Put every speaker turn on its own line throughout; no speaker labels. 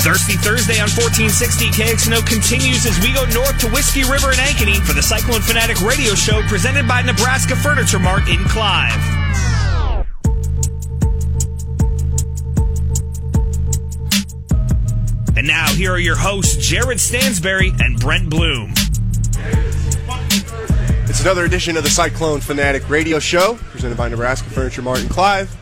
Thirsty Thursday on 1460 KXNO continues as we go north to Whiskey River and Ankeny for the Cyclone Fanatic Radio Show presented by Nebraska Furniture Mart in Clive. And now here are your hosts, Jared Stansberry and Brent Bloom.
It's another edition of the Cyclone Fanatic Radio Show, presented by Nebraska Furniture Mart and Clive.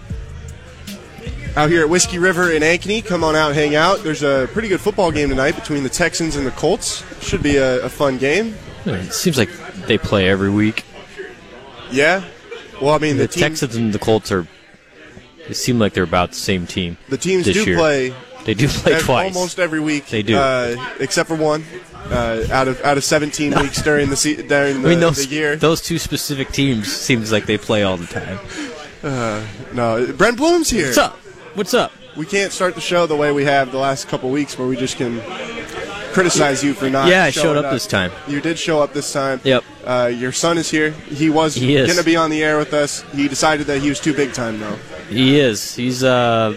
Out here at Whiskey River in Ankeny, come on out, hang out. There's a pretty good football game tonight between the Texans and the Colts. Should be a, a fun game.
It seems like they play every week.
Yeah. Well, I mean,
The,
the, team,
Texans and the Colts are. They seem like they're about the same team.
the teams
this
do
year.
play
They do play
ev-
twice.
almost every week.
They do.
uh, except for one uh, out of out of 17 weeks during the se- during the,
I mean, those,
the year.
those two specific teams seems like they play all the time.
Uh, no, Brent Bloom's here.
What's up? What's up?
We can't start the show the way we have the last couple weeks, where we just can criticize you for not.
Yeah, I
showing
showed up this time.
You did show up this time.
Yep.
Uh, your son is here. He was
He is.
going to be on the air with us. He decided that he was too big time, though.
He is. He's uh,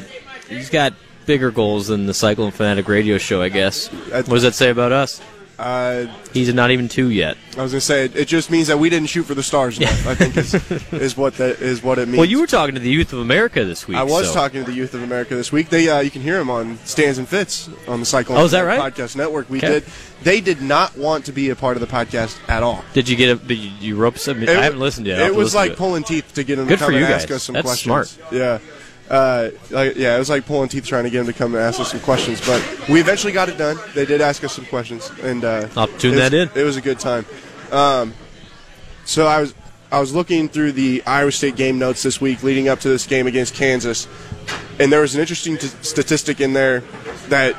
he's got bigger goals than the Cyclone Fanatic Radio Show, I guess.
I-
What does that say about us?
Uh,
He's not even two yet.
I was going to say it, it just means that we didn't shoot for the stars. Enough, I think is, is what that is what it means.
Well, you were talking to the youth of America this week.
I was
so-
talking to the youth of America this week. They, uh, you can hear them on Stands and Fits on the Cycle
Oh, is that right?
Podcast Network. We
Okay.
did. They did not want to be a part of the podcast at all.
Did you get a? Did you, you rope some? I haven't listened yet. I'll have
It
to
was
listen to
like pulling teeth to get him
Good
to
for
come and
you
ask
guys.
us some
That's
questions. Yeah. Uh, like, yeah, it was like pulling teeth trying to get him to come and ask us some questions, but we eventually got it done. They did ask us some questions, and uh,
I'll tune
it was-
that in.
It was a good time. Um, so I was I was looking through the Iowa State game notes this week, leading up to this game against Kansas, and there was an interesting t- statistic in there that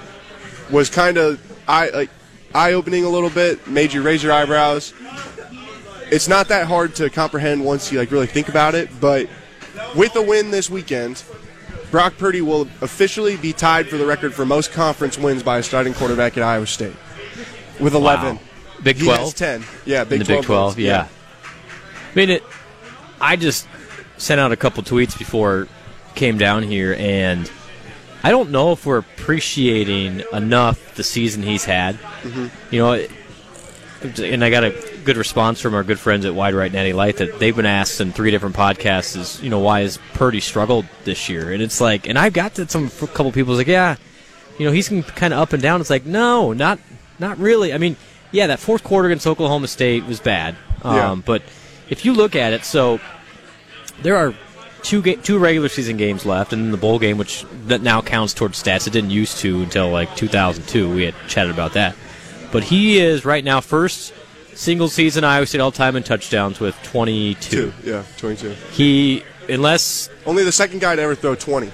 was kind of eye like, eye opening a little bit, made you raise your eyebrows. It's not that hard to comprehend once you like really think about it, but with a win this weekend, Brock Purdy will officially be tied for the record for most conference wins by a starting quarterback at Iowa State with 11.
Big
He has
Twelve.
10. Yeah,
in
Big
the
12.
Big 12,
wins.
yeah. I mean, it, I just sent out a couple tweets before I came down here, and I don't know if we're appreciating enough the season he's had.
Mm-hmm.
You know, it- and I got a good response from our good friends at Wide Right Natty Light that they've been asked in three different podcasts is, you know, why has Purdy struggled this year? And it's like, and I've got to some a couple people's like, yeah, you know, he's kind of up and down. It's like, no, not not really. I mean, yeah, that fourth quarter against Oklahoma State was bad. Um,
Yeah.
But if you look at it, so there are two ga- two regular season games left, and then the bowl game, which that now counts towards stats. It didn't used to until like 2002. We had chatted about that, but he is right now first single season Iowa State all time in touchdowns with 22.
Two. Yeah, 22.
He unless
Only the second guy to ever throw 20.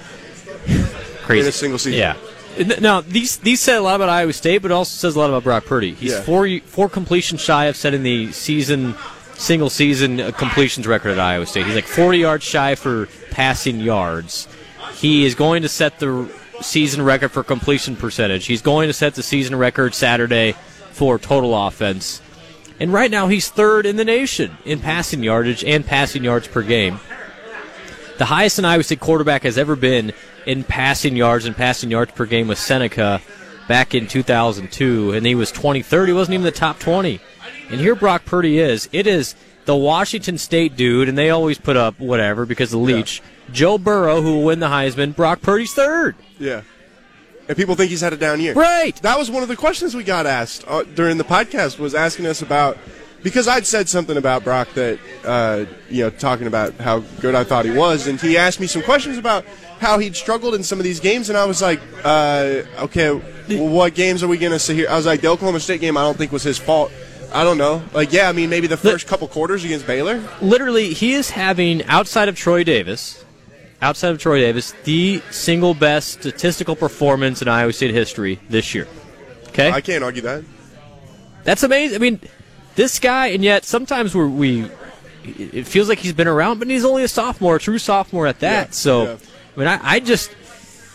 crazy
In a single season.
Yeah. N- Now these these say a lot about Iowa State, but it also says a lot about Brock Purdy. He's
Yeah.
four four completions shy of setting the season single season uh, completions record at Iowa State. He's like 40 yards shy for passing yards. He is going to set the season record for completion percentage. He's going to set the season record Saturday for total offense. And right now he's third in the nation in passing yardage and passing yards per game the highest an Iowa State quarterback has ever been in passing yards and passing yards per game was Seneca back in 2002, and he was 23rd. He wasn't even the top 20. And here Brock Purdy is. It is the Washington State dude, and they always put up whatever because of Leach. Joe Burrow, who will win the Heisman. Brock Purdy's third.
Yeah. And people think he's had a down year.
Right.
That was one of the questions we got asked uh, during the podcast was asking us about because I'd said something about Brock that uh, you know talking about how good I thought he was, and he asked me some questions about how he'd struggled in some of these games, and I was like, uh, okay, well, what games are we gonna see here? I was like, the Oklahoma State game, I don't think was his fault. I don't know. Like, yeah, I mean, maybe the first couple quarters against Baylor.
literally he is having outside of Troy Davis, outside of Troy Davis, the single best statistical performance in Iowa State history this year. Okay,
I can't argue that.
that's amazing. I mean, this guy, and yet sometimes we're, we, it feels like he's been around, but he's only a sophomore, a true sophomore at that.
Yeah,
so,
yeah.
I mean, I, I just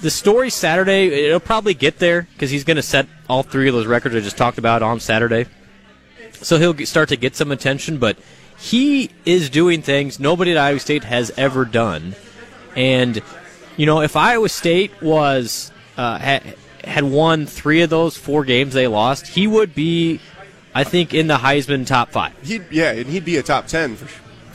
the story Saturday, it'll probably get there because he's going to set all three of those records I just talked about on Saturday. So he'll get, start to get some attention, but he is doing things nobody at Iowa State has ever done. And you know, if Iowa State was uh, ha- had won three of those four games they lost, he would be, I think, in the Heisman top five.
He'd, yeah, and he'd be a top ten for,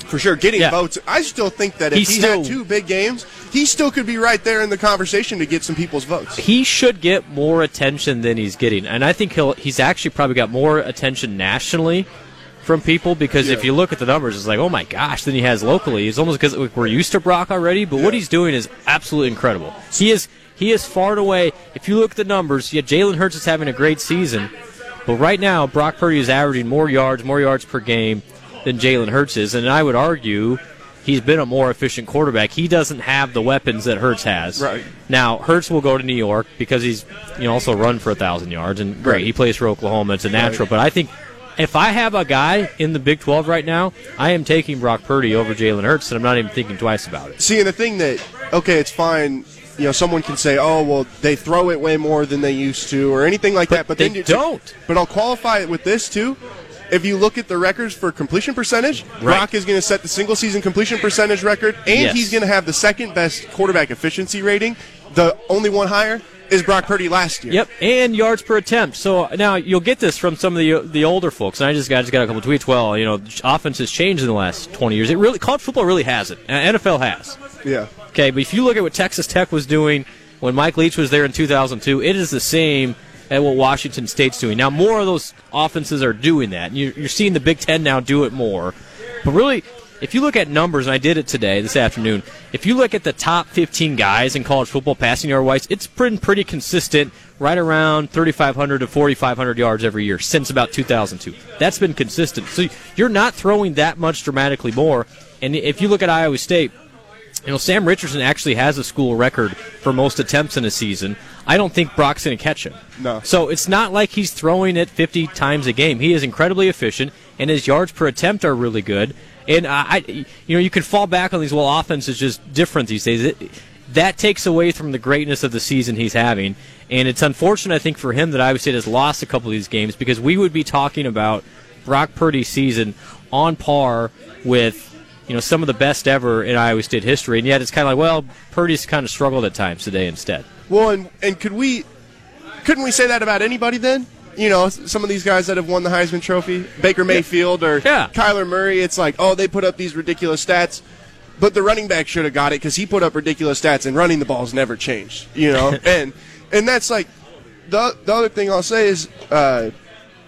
for sure. Getting
Yeah.
votes, I still think that if
He's
he
still-
had two big games, he still could be right there in the conversation to get some people's votes.
He should get more attention than he's getting, and I think he'll. He's actually probably got more attention nationally from people because if
Yeah.
you look at the numbers, it's like, oh my gosh, than he has locally. It's almost because we're used to Brock already, but what
Yeah.
he's doing is absolutely incredible. He is he is far and away. If you look at the numbers, yeah, Jalen Hurts is having a great season, but right now Brock Purdy is averaging more yards, more yards per game than Jalen Hurts is, and I would argue. He's been a more efficient quarterback. He doesn't have the weapons that Hurts has.
Right.
Now Hertz will go to New York because he's you know also run for a thousand yards and great.
Right.
He plays for Oklahoma. It's a natural. But I think if I have a guy in the Big Twelve right now, I am taking Brock Purdy over Jalen Hurts, and I'm not even thinking twice about it.
See, and the thing that okay, it's fine. You know, someone can say, "Oh, well, they throw it way more than they used to," or anything like
But
that. But
they
then you-
don't.
But I'll qualify it with this too. If you look at the records for completion percentage, Brock is going to set the single season completion percentage record, and
Yes.
he's going to have the second best quarterback efficiency rating. The only one higher is Brock Purdy last year.
Yep, and yards per attempt. So now you'll get this from some of the the older folks. And I just got just got a couple tweets. Well, you know, offense has changed in the last 20 years. It really college football really hasn't. Uh, NFL has.
Yeah.
Okay, but if you look at what Texas Tech was doing when Mike Leach was there in 2002, it is the same at what Washington State's doing. Now, more of those offenses are doing that. You're, you're seeing the Big Ten now do it more. But really, if you look at numbers, and I did it today, this afternoon, if you look at the top 15 guys in college football passing yard wise, it's been pretty consistent right around 3,500 to 4,500 yards every year since about 2002. That's been consistent. So you're not throwing that much dramatically more. And if you look at Iowa State, you know, Sam Richardson actually has a school record for most attempts in a season. I don't think Brock's going to catch him.
No.
So it's not like he's throwing it 50 times a game. He is incredibly efficient, and his yards per attempt are really good. And I, I you know, you can fall back on these. Well, offense is just different these days. It, that takes away from the greatness of the season he's having, and it's unfortunate I think for him that Iowa State has lost a couple of these games because we would be talking about Brock Purdy's season on par with you know some of the best ever in Iowa State history, and yet it's kind of like, well, Purdy's kind of struggled at times today instead.
Well, and and could we couldn't we say that about anybody then? You know, s- some of these guys that have won the Heisman Trophy, Baker Mayfield or
Yeah.
Kyler Murray, it's like, oh, they put up these ridiculous stats, but the running back should have got it because he put up ridiculous stats, and running the ball's never changed. You know, and and that's like the the other thing I'll say is uh,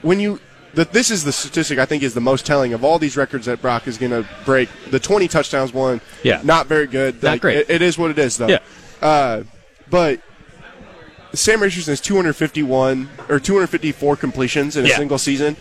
when you that this is the statistic I think is the most telling of all these records that Brock is going to break. The 20 touchdowns won,
Yeah.
not very good.
Not great.
It, it is what it is though.
Yeah.
Uh, but Sam Richardson has 251 or 254 completions in a
Yeah.
single season.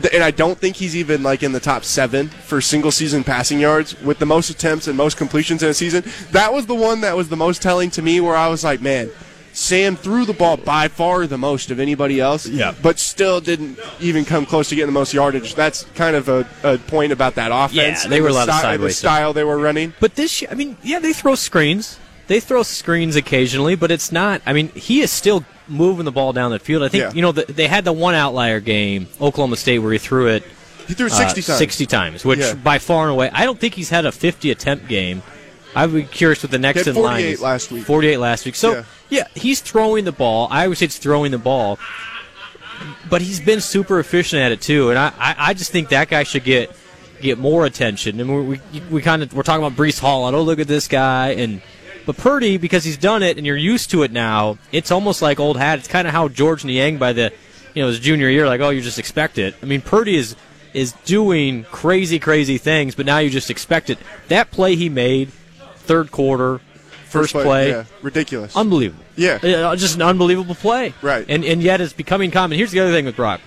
Th- And I don't think he's even like in the top seven for single season passing yards with the most attempts and most completions in a season. That was the one that was the most telling to me where I was like, man, Sam threw the ball by far the most of anybody else,
Yeah.
but still didn't even come close to getting the most yardage. That's kind of a, a point about that offense.
Yeah, they
and
were a
the
lot of
sty-
sideways
The style they were running.
But this year, I mean, yeah, they throw screens. They throw screens occasionally, but it's not. I mean, he is still moving the ball down the field. I think
Yeah.
you know the, they had the one outlier game, Oklahoma State, where he threw it
He threw
uh,
60 times.
60 times, which
Yeah.
by far and away, I don't think he's had a 50 attempt game. I'd be curious what the next
He had
in line
48
is.
last week.
48 last week. So
Yeah.
yeah. he's throwing the ball. I would say it's throwing the ball, but he's been super efficient at it too. And I, I, I just think that guy should get get more attention. And we we, we kind of we're talking about Brees Hall. And, oh, look at this guy. And but Purdy because he's done it and you're used to it now. It's almost like old hat. It's kind of how George Niang by the you know his junior year, like oh you just expect it. I mean Purdy is is doing crazy crazy things, but now you just expect it. That play he made third quarter. First, play,
yeah. Ridiculous.
unbelievable.
Yeah.
Uh, just an unbelievable play.
Right.
And and yet it's becoming common. Here's the other thing with Brock.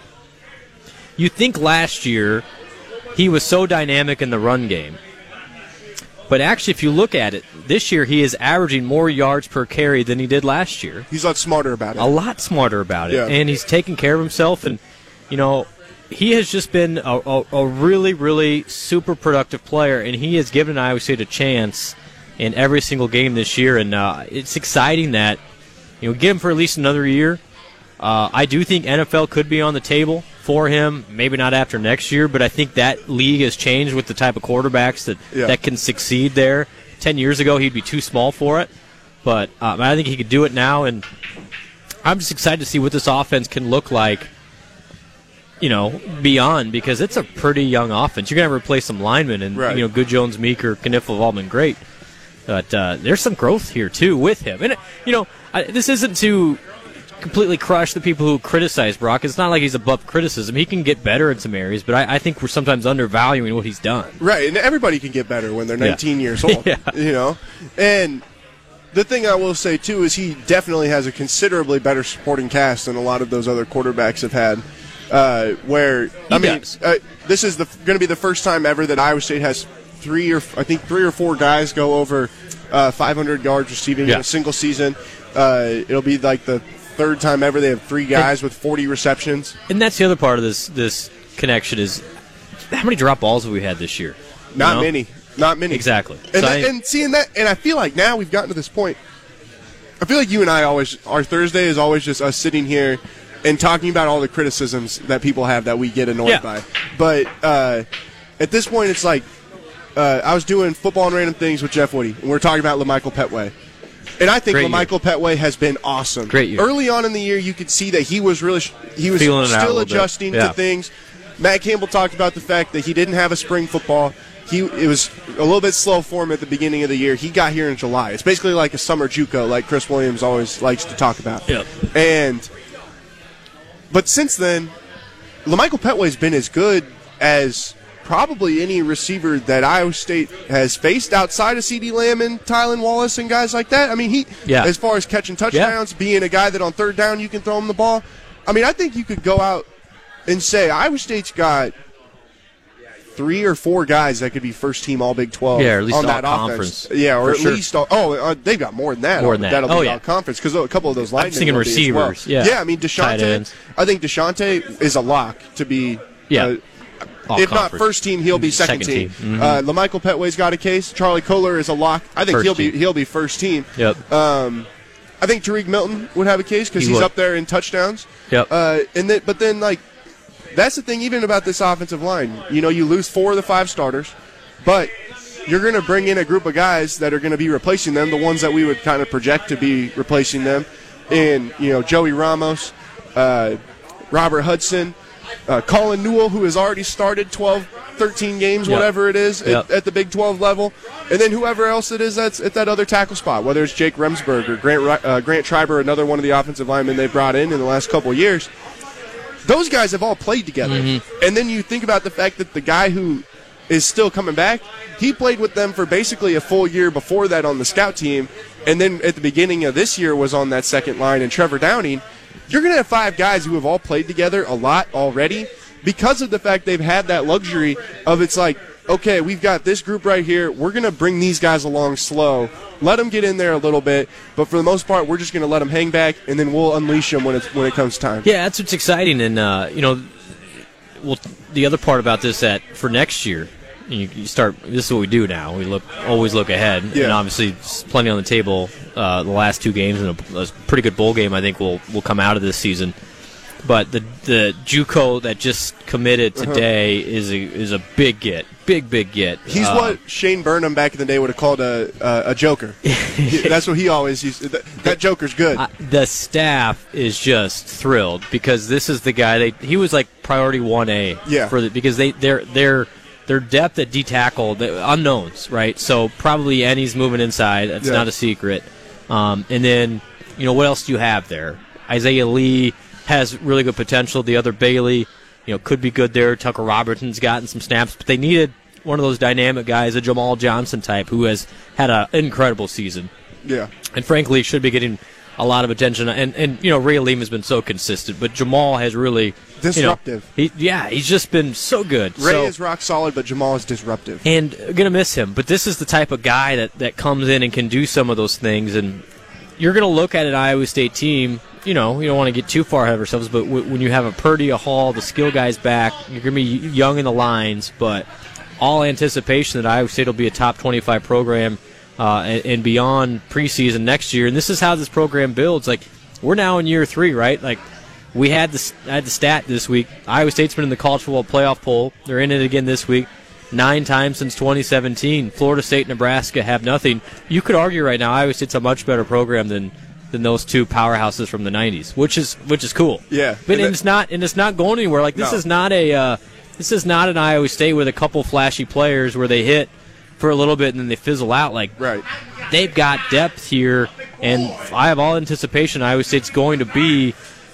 You think last year he was so dynamic in the run game. But actually if you look at it, this year he is averaging more yards per carry than he did last year
He's a lot smarter about it.
a lot smarter about it,
Yeah.
and he's taking care of himself. And you know, he has just been a, a, a really, really super productive player, and he has given Iowa State a chance in every single game this year. And uh, it's exciting that you know, get him for at least another year. Uh, I do think NFL could be on the table for him. Maybe not after next year, but I think that league has changed with the type of quarterbacks that
Yeah.
that can succeed there. Ten years ago, he'd be too small for it, but um, I think he could do it now. And I'm just excited to see what this offense can look like. You know, beyond because it's a pretty young offense. You're gonna have to replace some linemen, and
Right.
you know, Good Jones, Meeker, Kniffle have all been great. But uh, there's some growth here too with him, and you know, I, this isn't to completely crush the people who criticize Brock. It's not like he's above criticism. He can get better in some areas, but I, I think we're sometimes undervaluing what he's done.
Right, and everybody can get better when they're
Yeah.
19 years old.
Yeah.
You know, and the thing I will say too is he definitely has a considerably better supporting cast than a lot of those other quarterbacks have had. Uh, where I mean,
does.
uh, this is the going to be the first time ever that Iowa State has three or I think three or four guys go over uh, 500 yards receiving in
Yeah.
a single season. Uh, it'll be like the third time ever they have three guys with 40 receptions.
And that's the other part of this this connection is how many drop balls have we had this year? You
Not
know?
many. Not many.
Exactly.
And,
So
that-
I-
and seeing that, and I feel like now we've gotten to this point. I feel like you and I always, our Thursday is always just us sitting here and talking about all the criticisms that people have that we get annoyed
Yeah.
by. But uh, at this point, it's like uh, I was doing football and random things with Jeff Woody, and we we're talking about Lamichael Petway. And I think
Great year.
Lamichael Petway has been awesome.
Great year.
Early on in the year, you could see that he was really, sh- he was
Feeling it out a
still
little bit.
adjusting
Yeah.
to things. Matt Campbell talked about the fact that he didn't have a spring football. He it was a little bit slow for him at the beginning of the year. He got here in July. It's basically like a summer JUCO, like Chris Williams always likes to talk about.
Yep.
And but since then, Lamichael Petway's been as good as probably any receiver that Iowa State has faced outside of C.D. Lamb and Tylen Wallace and guys like that. I mean, he
Yeah.
as far as catching touchdowns, being a guy that on third down you can throw him the ball. I mean, I think you could go out and say Iowa State's got three or four guys that could be first team All Big Twelve.
Yeah, or at least
on that
all
offense.
conference,
Yeah, or
for
at
sure.
least all, oh, uh, they've got more than that.
More than that.
That'll
Oh,
be
yeah.
all conference because a couple of those linemen.
thinking
will be as well.
receivers, yeah.
yeah. I mean,
Tight ends.
Deshante. I think Deshante is a lock to be.
Yeah.
uh,
All
if not
conference.
first team, he'll be second,
Second team. Mm-hmm.
team. Uh, Lamichael Petway's got a case. Charlie Kohler is a lock. I think
First
he'll
team.
be he'll be first team. Um,
Yep.
I think Tariq Milton would have a case because
He
he's
would.
up there in touchdowns.
Yep.
Uh, and then, but then like that's the thing even about this offensive line. You know, you lose four of the five starters, but you're going to bring in a group of guys that are going to be replacing them, the ones that we would kind of project to be replacing them, and you know Joey Ramos, uh, Robert Hudson, uh, Colin Newell, who has already started 12, 13 games,
Yep.
whatever it is, at-
Yep.
at, the Big 12 level, and then whoever else it is that's at that other tackle spot, whether it's Jake Remsburg or Grant Ri- uh, Grant Triber, another one of the offensive linemen they brought in in the last couple of years those guys have all played together. And then you think about the fact that the guy who is still coming back, he played with them for basically a full year before that on the scout team, and then at the beginning of this year was on that second line and Trevor Downing. You're going to have five guys who have all played together a lot already because of the fact they've had that luxury of it's like, okay, we've got this group right here. We're going to bring these guys along slow. Let them get in there a little bit, but for the most part, we're just going to let them hang back, and then we'll unleash them when it's when it comes time.
Yeah, that's what's exciting, and uh, you know, well, the other part about this that for next year, you, you start. This is what we do now. We look always look ahead, and
Yeah.
obviously, there's plenty on the table. Uh, the last two games and a, a pretty good bowl game, I think, will will come out of this season. But the the JUCO that just committed
Uh-huh.
today is a is a big get, big big get.
He's
Uh,
what Shane Burnham back in the day would have called a uh, a, a joker. He- That's what he always used. That, that joker's good.
I, the staff is just thrilled because this is the guy they he was like priority one A
Yeah.
for the, because they their their their depth at D tackle the unknowns right so probably Ennie's moving inside that's
Yeah.
not a secret um, and then you know what else do you have there Isaiah Lee has really good potential the other Bailey you know could be good there Tucker Robertson's gotten some snaps but they needed one of those dynamic guys a Jamal Johnson type who has had an incredible season
yeah,
and frankly should be getting a lot of attention. And and you know Ray Lim has been so consistent, but Jamal has really
Disruptive.
You know, he, yeah, he's just been so good.
Ray
so,
is rock solid, but Jamal is disruptive.
and gonna miss him. But this is the type of guy that that comes in and can do some of those things. And you're gonna look at an Iowa State team. You know, you don't want to get too far ahead of ourselves, but w- when you have a Purdy, a Hall, the skill guys back, you're gonna be young in the lines. But all anticipation that Iowa State will be a top 25 program uh, and, and beyond preseason next year. And this is how this program builds. Like we're now in year three, right? Like we had the I had the stat this week. Iowa State's been in the college football playoff poll. They're in it again this week. Nine times since 2017. Florida State, Nebraska have nothing. You could argue right now Iowa State's a much better program than than those two powerhouses from the '90s, which is which is cool.
Yeah. And
but and
that-
it's not and it's not going anywhere. Like this
No.
is not a uh, this is not an Iowa State with a couple flashy players where they hit for a little bit and then they fizzle out. Like
Right.
they've got depth here, and I have all anticipation Iowa State's going to be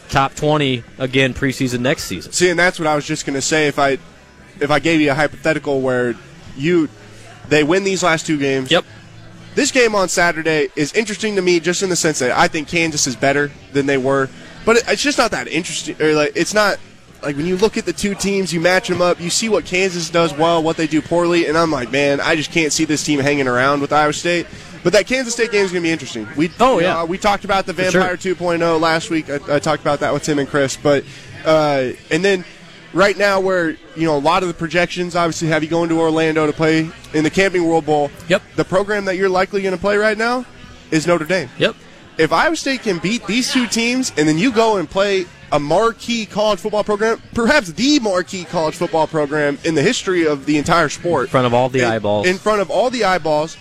top 20 again preseason next season.
See, and that's what I was just going to say. If I if I gave you a hypothetical where you they win these last two games,
Yep.
This game on Saturday is interesting to me just in the sense that I think Kansas is better than they were, but it- it's just not that interesting. Or like, it's not like when you look at the two teams, you match them up, you see what Kansas does well, what they do poorly, and I'm like, man, I just can't see this team hanging around with Iowa State. But that Kansas State game is going to be interesting. We
Oh,
you
yeah.
know, uh, we talked about the
For sure.
Vampire 2.0 last week. I, I talked about that with Tim and Chris, but uh, and then right now where you know a lot of the projections obviously have you going to Orlando to play in the Camping World Bowl.
Yep.
The program that you're likely going to play right now is Notre Dame.
Yep.
If Iowa State can beat these two teams and then you go and play a marquee college football program, perhaps the marquee college football program in the history of the entire sport, in
front of all the eyeballs.
in front of all the eyeballs,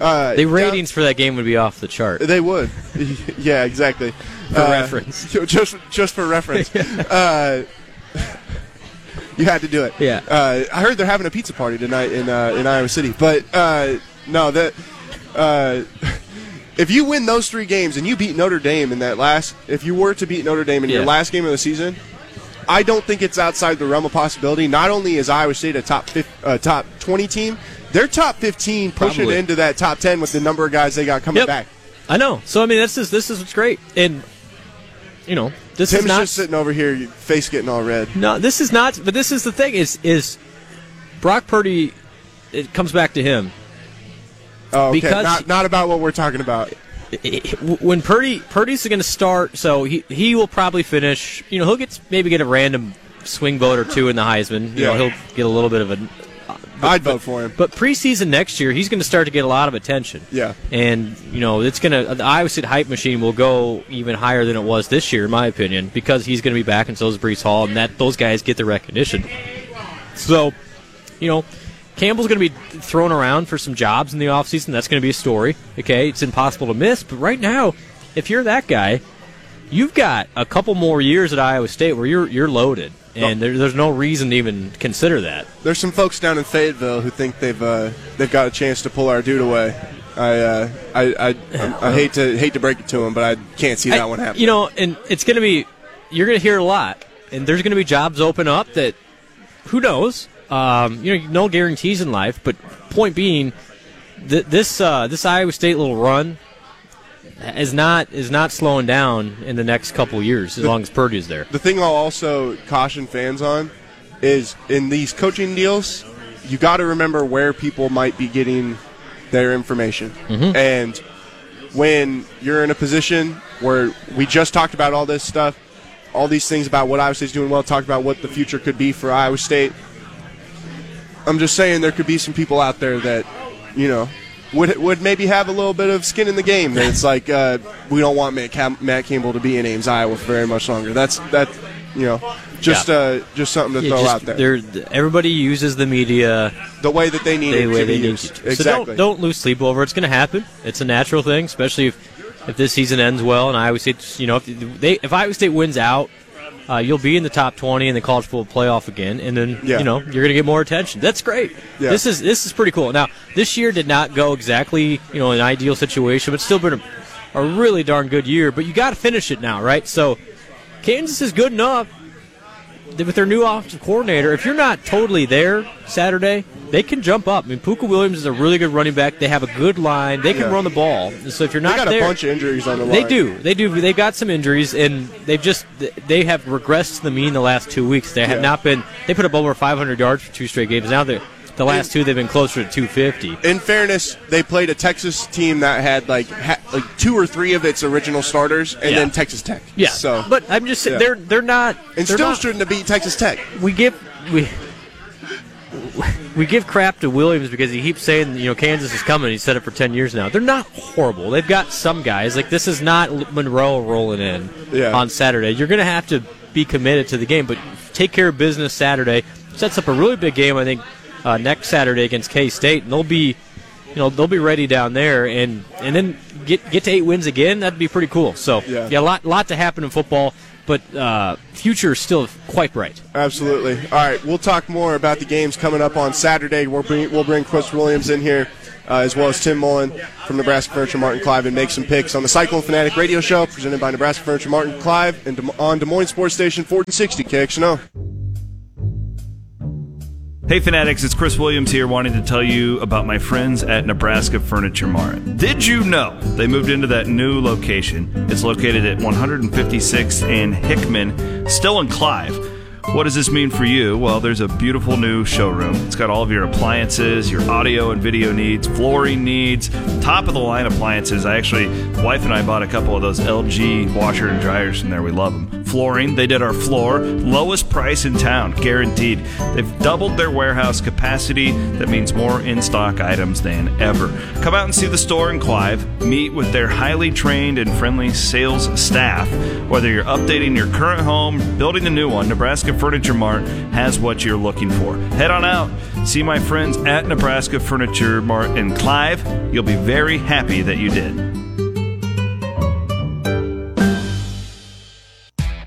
uh,
The
down-
ratings for that game would be off the chart.
they would. yeah, exactly.
For reference.
ju- Just just for reference. uh, you had to do it.
Yeah.
Uh, I heard they're having a pizza party tonight in uh, in Iowa City, but uh, no, that uh, if you win those three games and you beat Notre Dame in that last, if you were to beat Notre Dame in your
Yeah.
last game of the season, I don't think it's outside the realm of possibility. Not only is Iowa State a top fif- uh, top twenty team, they're top fifteen, pushing
Probably.
into that top ten with the number of guys they got coming
Yep.
back.
I know. So I mean, this is this is what's great, and you know, this
Tim's
is not
just sitting over here, your face getting all red.
No, this is not. But this is the thing: is is Brock Purdy? It comes back to him
Oh, okay.
Because-
not, not about what we're talking about.
when Purdy Purdy's going to start. So he he will probably finish. You know, he'll get maybe get a random swing vote or two in the Heisman. You
Yeah.
know, he'll get a little bit of a.
I'd vote for him.
But preseason next year, he's going to start to get a lot of attention.
Yeah.
and you know it's going to the Iowa State hype machine will go even higher than it was this year, in my opinion, because he's going to be back, and so is Brees Hall, and that those guys get the recognition. So, you know, Campbell's going to be thrown around for some jobs in the offseason. That's going to be a story. Okay, it's impossible to miss, but right now, if you're that guy, you've got a couple more years at Iowa State where you're you're loaded, and there, there's no reason to even consider that.
There's some folks down in Fayetteville who think they've uh, they've got a chance to pull our dude away. I uh, I, I, I I hate to hate to break it to him, but I can't see that
Uh-huh. I-
one happening.
You know, and it's going to be you're going to hear a lot, and there's going to be jobs open up that who knows. Um, you know, no guarantees in life, but point being, th- this uh, this Iowa State little run is not is not slowing down in the next couple years as long as Purdy is there.
the thing I'll also caution fans on is in these coaching deals, you got to remember where people might be getting their information.
Mm-hmm.
And when you're in a position where we just talked about all this stuff, all these things about what Iowa State's doing well, talked about what the future could be for Iowa State. I'm just saying there could be some people out there that, you know, would would maybe have a little bit of skin in the game. That it's like uh, we don't want Matt, Cam- Matt Campbell to be in Ames, Iowa, for very much longer. That's that, you know, just
Yeah.
uh, just something to
Yeah,
throw
just-
out there.
they're- Everybody uses the media
The way that they need
the
it to
way
be
they need
used.
you to.
Exactly.
So don't, don't lose sleep over it. It's going to happen. It's a natural thing, especially if, if this season ends well and Iowa State, you know, if they if Iowa State wins out, uh, you'll be in the top 20 in the college football playoff again, and then
Yeah.
you know you're going to get more attention. That's great.
Yeah.
This is this is pretty cool. Now this year did not go exactly you know an ideal situation, but it's still been a, a really darn good year. But you got to finish it now, right? So Kansas is good enough that with their new offensive coordinator, if you're not totally there Saturday, they can jump up. I mean, Puka Williams is a really good running back. They have a good line. They can
Yeah.
run the ball. And so if you're
they
not
got
there,
a bunch of injuries on the line.
they do. They do. They got some injuries, and they've just they have regressed to the mean the last two weeks. They have
Yeah.
not been. They put up over 500 yards for two straight games. Now they are the last two they've been closer to 250.
in fairness, they played a Texas team that had like ha- like two or three of its original starters, and
Yeah.
then Texas Tech.
Yeah.
So,
but I'm just saying
Yeah.
they're they're not.
and
they're
still
not-
shouldn't have beat Texas Tech.
we give we we give crap to Williams because he keeps saying you know Kansas is coming. He's said it for ten years now. They're not horrible. They've got some guys. Like this is not Monroe rolling in
Yeah.
on Saturday. You're going to have to be committed to the game, but take care of business Saturday. Sets up a really big game, I think, uh, next Saturday against K State, and they'll be you know they'll be ready down there, and and then get get to eight wins again, that'd be pretty cool. So
Yeah.
yeah, a lot lot to happen in football, but uh, future is still quite bright.
Absolutely. All right, we'll talk more about the games coming up on Saturday. We'll bring, we'll bring Chris Williams in here, uh, as well as Tim Mullen from Nebraska Furniture Martin Clive, and make some picks on the Cyclone Fanatic Radio Show, presented by Nebraska Furniture Martin Clive and Des- on Des Moines Sports Station 1460 KXNO.
Hey Fanatics, it's Chris Williams here wanting to tell you about my friends at Nebraska Furniture Mart. Did you know they moved into that new location? It's located at 156th and Hickman, still in Clive. What does this mean for you? Well, there's a beautiful new showroom. It's got all of your appliances, your audio and video needs, flooring needs, top of the line appliances. I actually, wife and I bought a couple of those LG washer and dryers from there. We love them. Flooring, they did our floor, lowest price in town, guaranteed. They've doubled their warehouse capacity. That means more in stock items than ever. Come out and see the store in Clive. Meet with their highly trained and friendly sales staff. Whether you're updating your current home, building a new one, Nebraska Furniture Mart has what you're looking for. Head on out. See my friends at Nebraska Furniture Mart in Clive. You'll be very happy that you did.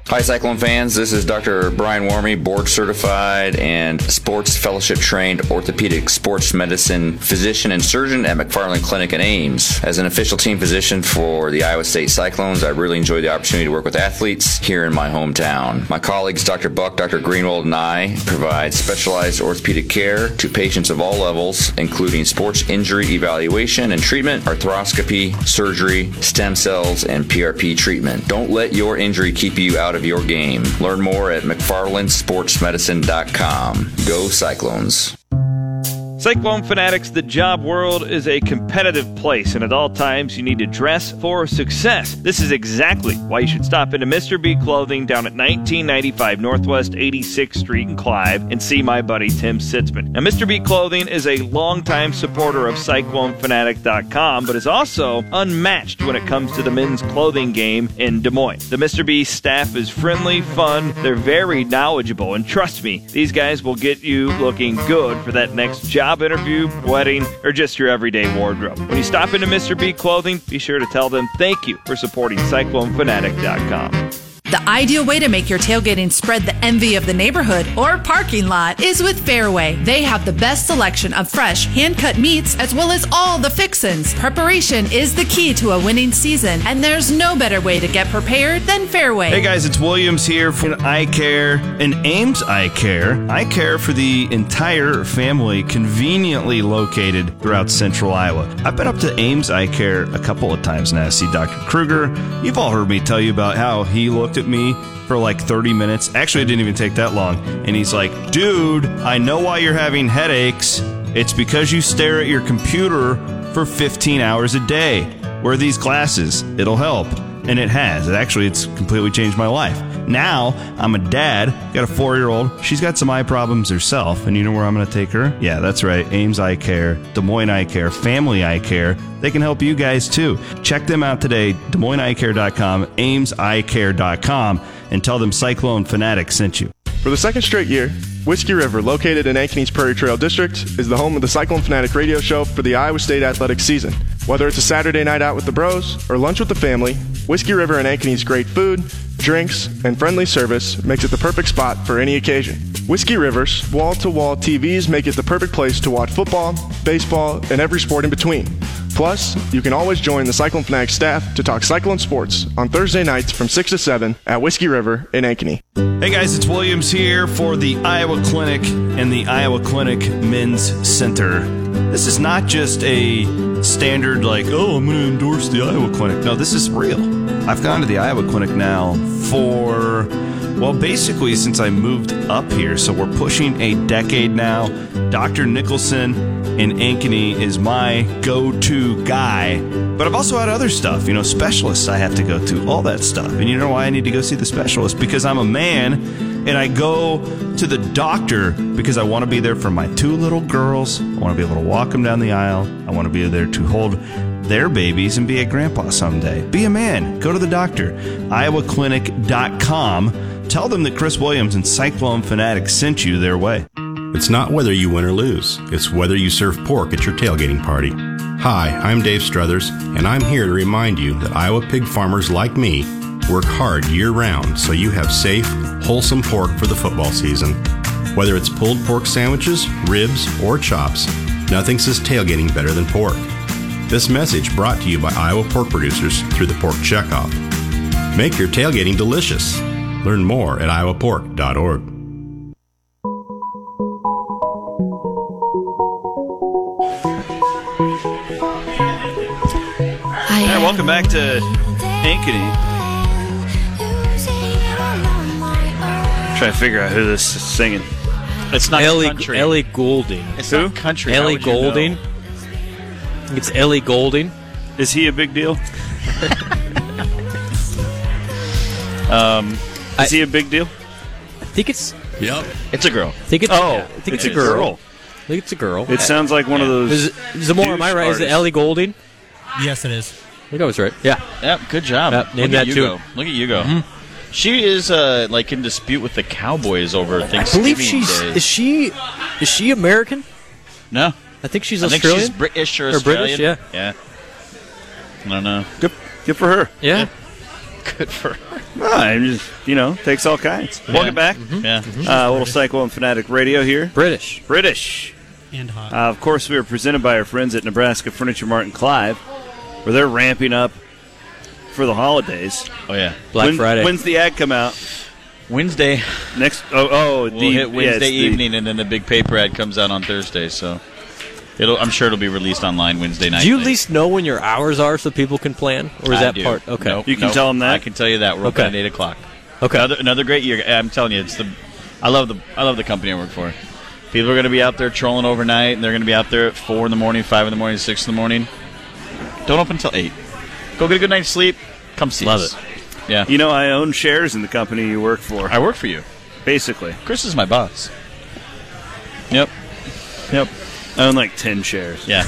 Hi, Cyclone fans. This is Dr. Brian Warmy, board certified and sports fellowship trained orthopedic sports medicine physician and surgeon at McFarland Clinic in Ames. As an official team physician for the Iowa State Cyclones, I really enjoy the opportunity to work with athletes here in my hometown. My colleagues, Dr. Buck, Dr. Greenwald, and I provide specialized orthopedic care to patients of all levels, including sports injury evaluation and treatment, arthroscopy, surgery, stem cells, and PRP treatment. Don't let your injury keep you out of your game. Learn more at McFarlandSportsMedicine.com. Go Cyclones.
Cyclone Fanatics, the job world is a competitive place, and at all times you need to dress for success. This is exactly why you should stop into Mr. B Clothing down at 1995 Northwest 86th Street in Clive and see my buddy Tim Sitzman. Now, Mr. B Clothing is a longtime supporter of CycloneFanatic.com, but is also unmatched when it comes to the men's clothing game in Des Moines. The Mr. B staff is friendly, fun, they're very knowledgeable, and trust me, these guys will get you looking good for that next job interview, wedding, or just your everyday wardrobe. When you stop into Mr. B Clothing, be sure to tell them thank you for supporting CycloneFanatic.com.
The ideal way to make your tailgating spread the envy of the neighborhood or parking lot is with Fairway. They have the best selection of fresh, hand cut meats as well as all the fixins. Preparation is the key to a winning season, and there's no better way to get prepared than Fairway.
Hey guys, it's Williams here from I Care and Ames I Care. I Care for the entire family, conveniently located throughout central Iowa. I've been up to Ames I Care a couple of times now. I see Dr. Kruger. You've all heard me tell you about how he looked at me for like 30 minutes. Actually, it didn't even take that long. And he's like, dude, I know why you're having headaches. It's because you stare at your computer for 15 hours a day wear these glasses it'll help and it has it actually it's completely changed my life now i'm a dad got a four-year-old she's got some eye problems herself and you know where i'm gonna take her yeah that's right ames eye care des moines eye care family eye care they can help you guys too check them out today des moines eye care.com ameseyecare.com and tell them cyclone fanatic sent you
For the second straight year, Whiskey River, located in Ankeny's Prairie Trail District, is the home of the Cyclone Fanatic radio show for the Iowa State athletics season. Whether it's a Saturday night out with the bros or lunch with the family, Whiskey River and Ankeny's great food, drinks, and friendly service makes it the perfect spot for any occasion. Whiskey River's wall to wall TVs make it the perfect place to watch football, baseball, and every sport in between. Plus, you can always join the Cyclone Fanatic staff to talk Cyclone sports on Thursday nights from 6 to 7 at Whiskey River in Ankeny.
Hey guys, it's Williams here for the Iowa Clinic and the Iowa Clinic Men's Center. This is not just a standard, like, oh, I'm going to endorse the Iowa Clinic. No, this is real. I've gone to the Iowa Clinic now for, well, basically since I moved up here. So we're pushing a decade now. Dr. Nicholson in Ankeny is my go-to guy. But I've also had other stuff, you know, specialists I have to go to, all that stuff. And you know why I need to go see the specialist? Because I'm a man and I go to the doctor because I want to be there for my two little girls. I want to be able to walk them down the aisle. I want to be there to hold their babies and be a grandpa someday. Be a man. Go to the doctor. iowaclinic.com. Tell them that Chris Williams and Cyclone Fanatic sent you their way.
It's not whether you win or lose, it's whether you serve pork at your tailgating party. Hi, I'm Dave Struthers, and I'm here to remind you that Iowa pig farmers like me work hard year round so you have safe, wholesome pork for the football season. Whether it's pulled pork sandwiches, ribs, or chops, nothing says tailgating better than pork. This message brought to you by Iowa pork producers through the Pork Checkoff. Make your tailgating delicious. Learn more at iowapork.org.
Hey, welcome back to Ankeny. Trying to figure out who this is singing.
It's not
Ellie,
country.
Ellie Goulding.
it's
Who?
not country. How
Ellie
would you know?
Goulding. It's Ellie Goulding.
Is he a big deal?
Uh,
um,
I-
is he a big deal?
I think it's.
Yep.
It's a girl.
I think it's.
Oh,
I think
it's
it's,
a
a girl.
girl.
I think it's a girl.
It sounds like one of
Is,
those.
it- Zamora, am I
douche
right? Is it
artist.
Ellie Goulding?
Yes, it is.
I think I was right. Yeah.
Yep, good job.
Yep, name
Look at
that
you
too. Mm-hmm.
go. Look at you go. She is uh, like in dispute with the Cowboys over
I
Thanksgiving
believe she's.
Day.
Is she? Is she American?
no,
I think she's
I think
Australian.
she's British or,
Or British,
Australian. yeah. I don't know.
Good, good for her.
yeah.
Good for her.
No, I'm just, you know, takes all kinds. Welcome back.
Yeah.
Uh, a little Psycho and Fanatic Radio here.
Mm-hmm. British.
British.
And hot.
Uh, of course, we are presented by our friends at Nebraska Furniture Mart and Clive, where they're ramping up for the holidays.
Oh yeah.
Black
When-
Friday.
When's the ad come out?
Wednesday.
Next. Oh, oh
We'll
the, yeah,
hit
it's
Wednesday
the-
evening, and then the big paper ad comes out on Thursday. So, it'll. I'm sure it'll be released online Wednesday night.
do you at
I
least know when your hours are so people can plan, or is that
do.
part okay?
Nope,
You can
nope.
tell 'em that?
I can tell you that. We're
Okay.
open at eight o'clock.
Okay.
Another, another great year. I'm telling you, it's the. I love the. I love the company I work for. People are going to be out there trolling overnight, and they're going to be out there at four in the morning, five in the morning, six in the morning. Don't open until eight. Go get a good night's sleep. Come see
Love
us. Yeah.
You know, I own shares in the company you work for.
I work for you.
Basically,
Chris is my boss. Yep. Yep.
I own like ten shares.
Yeah.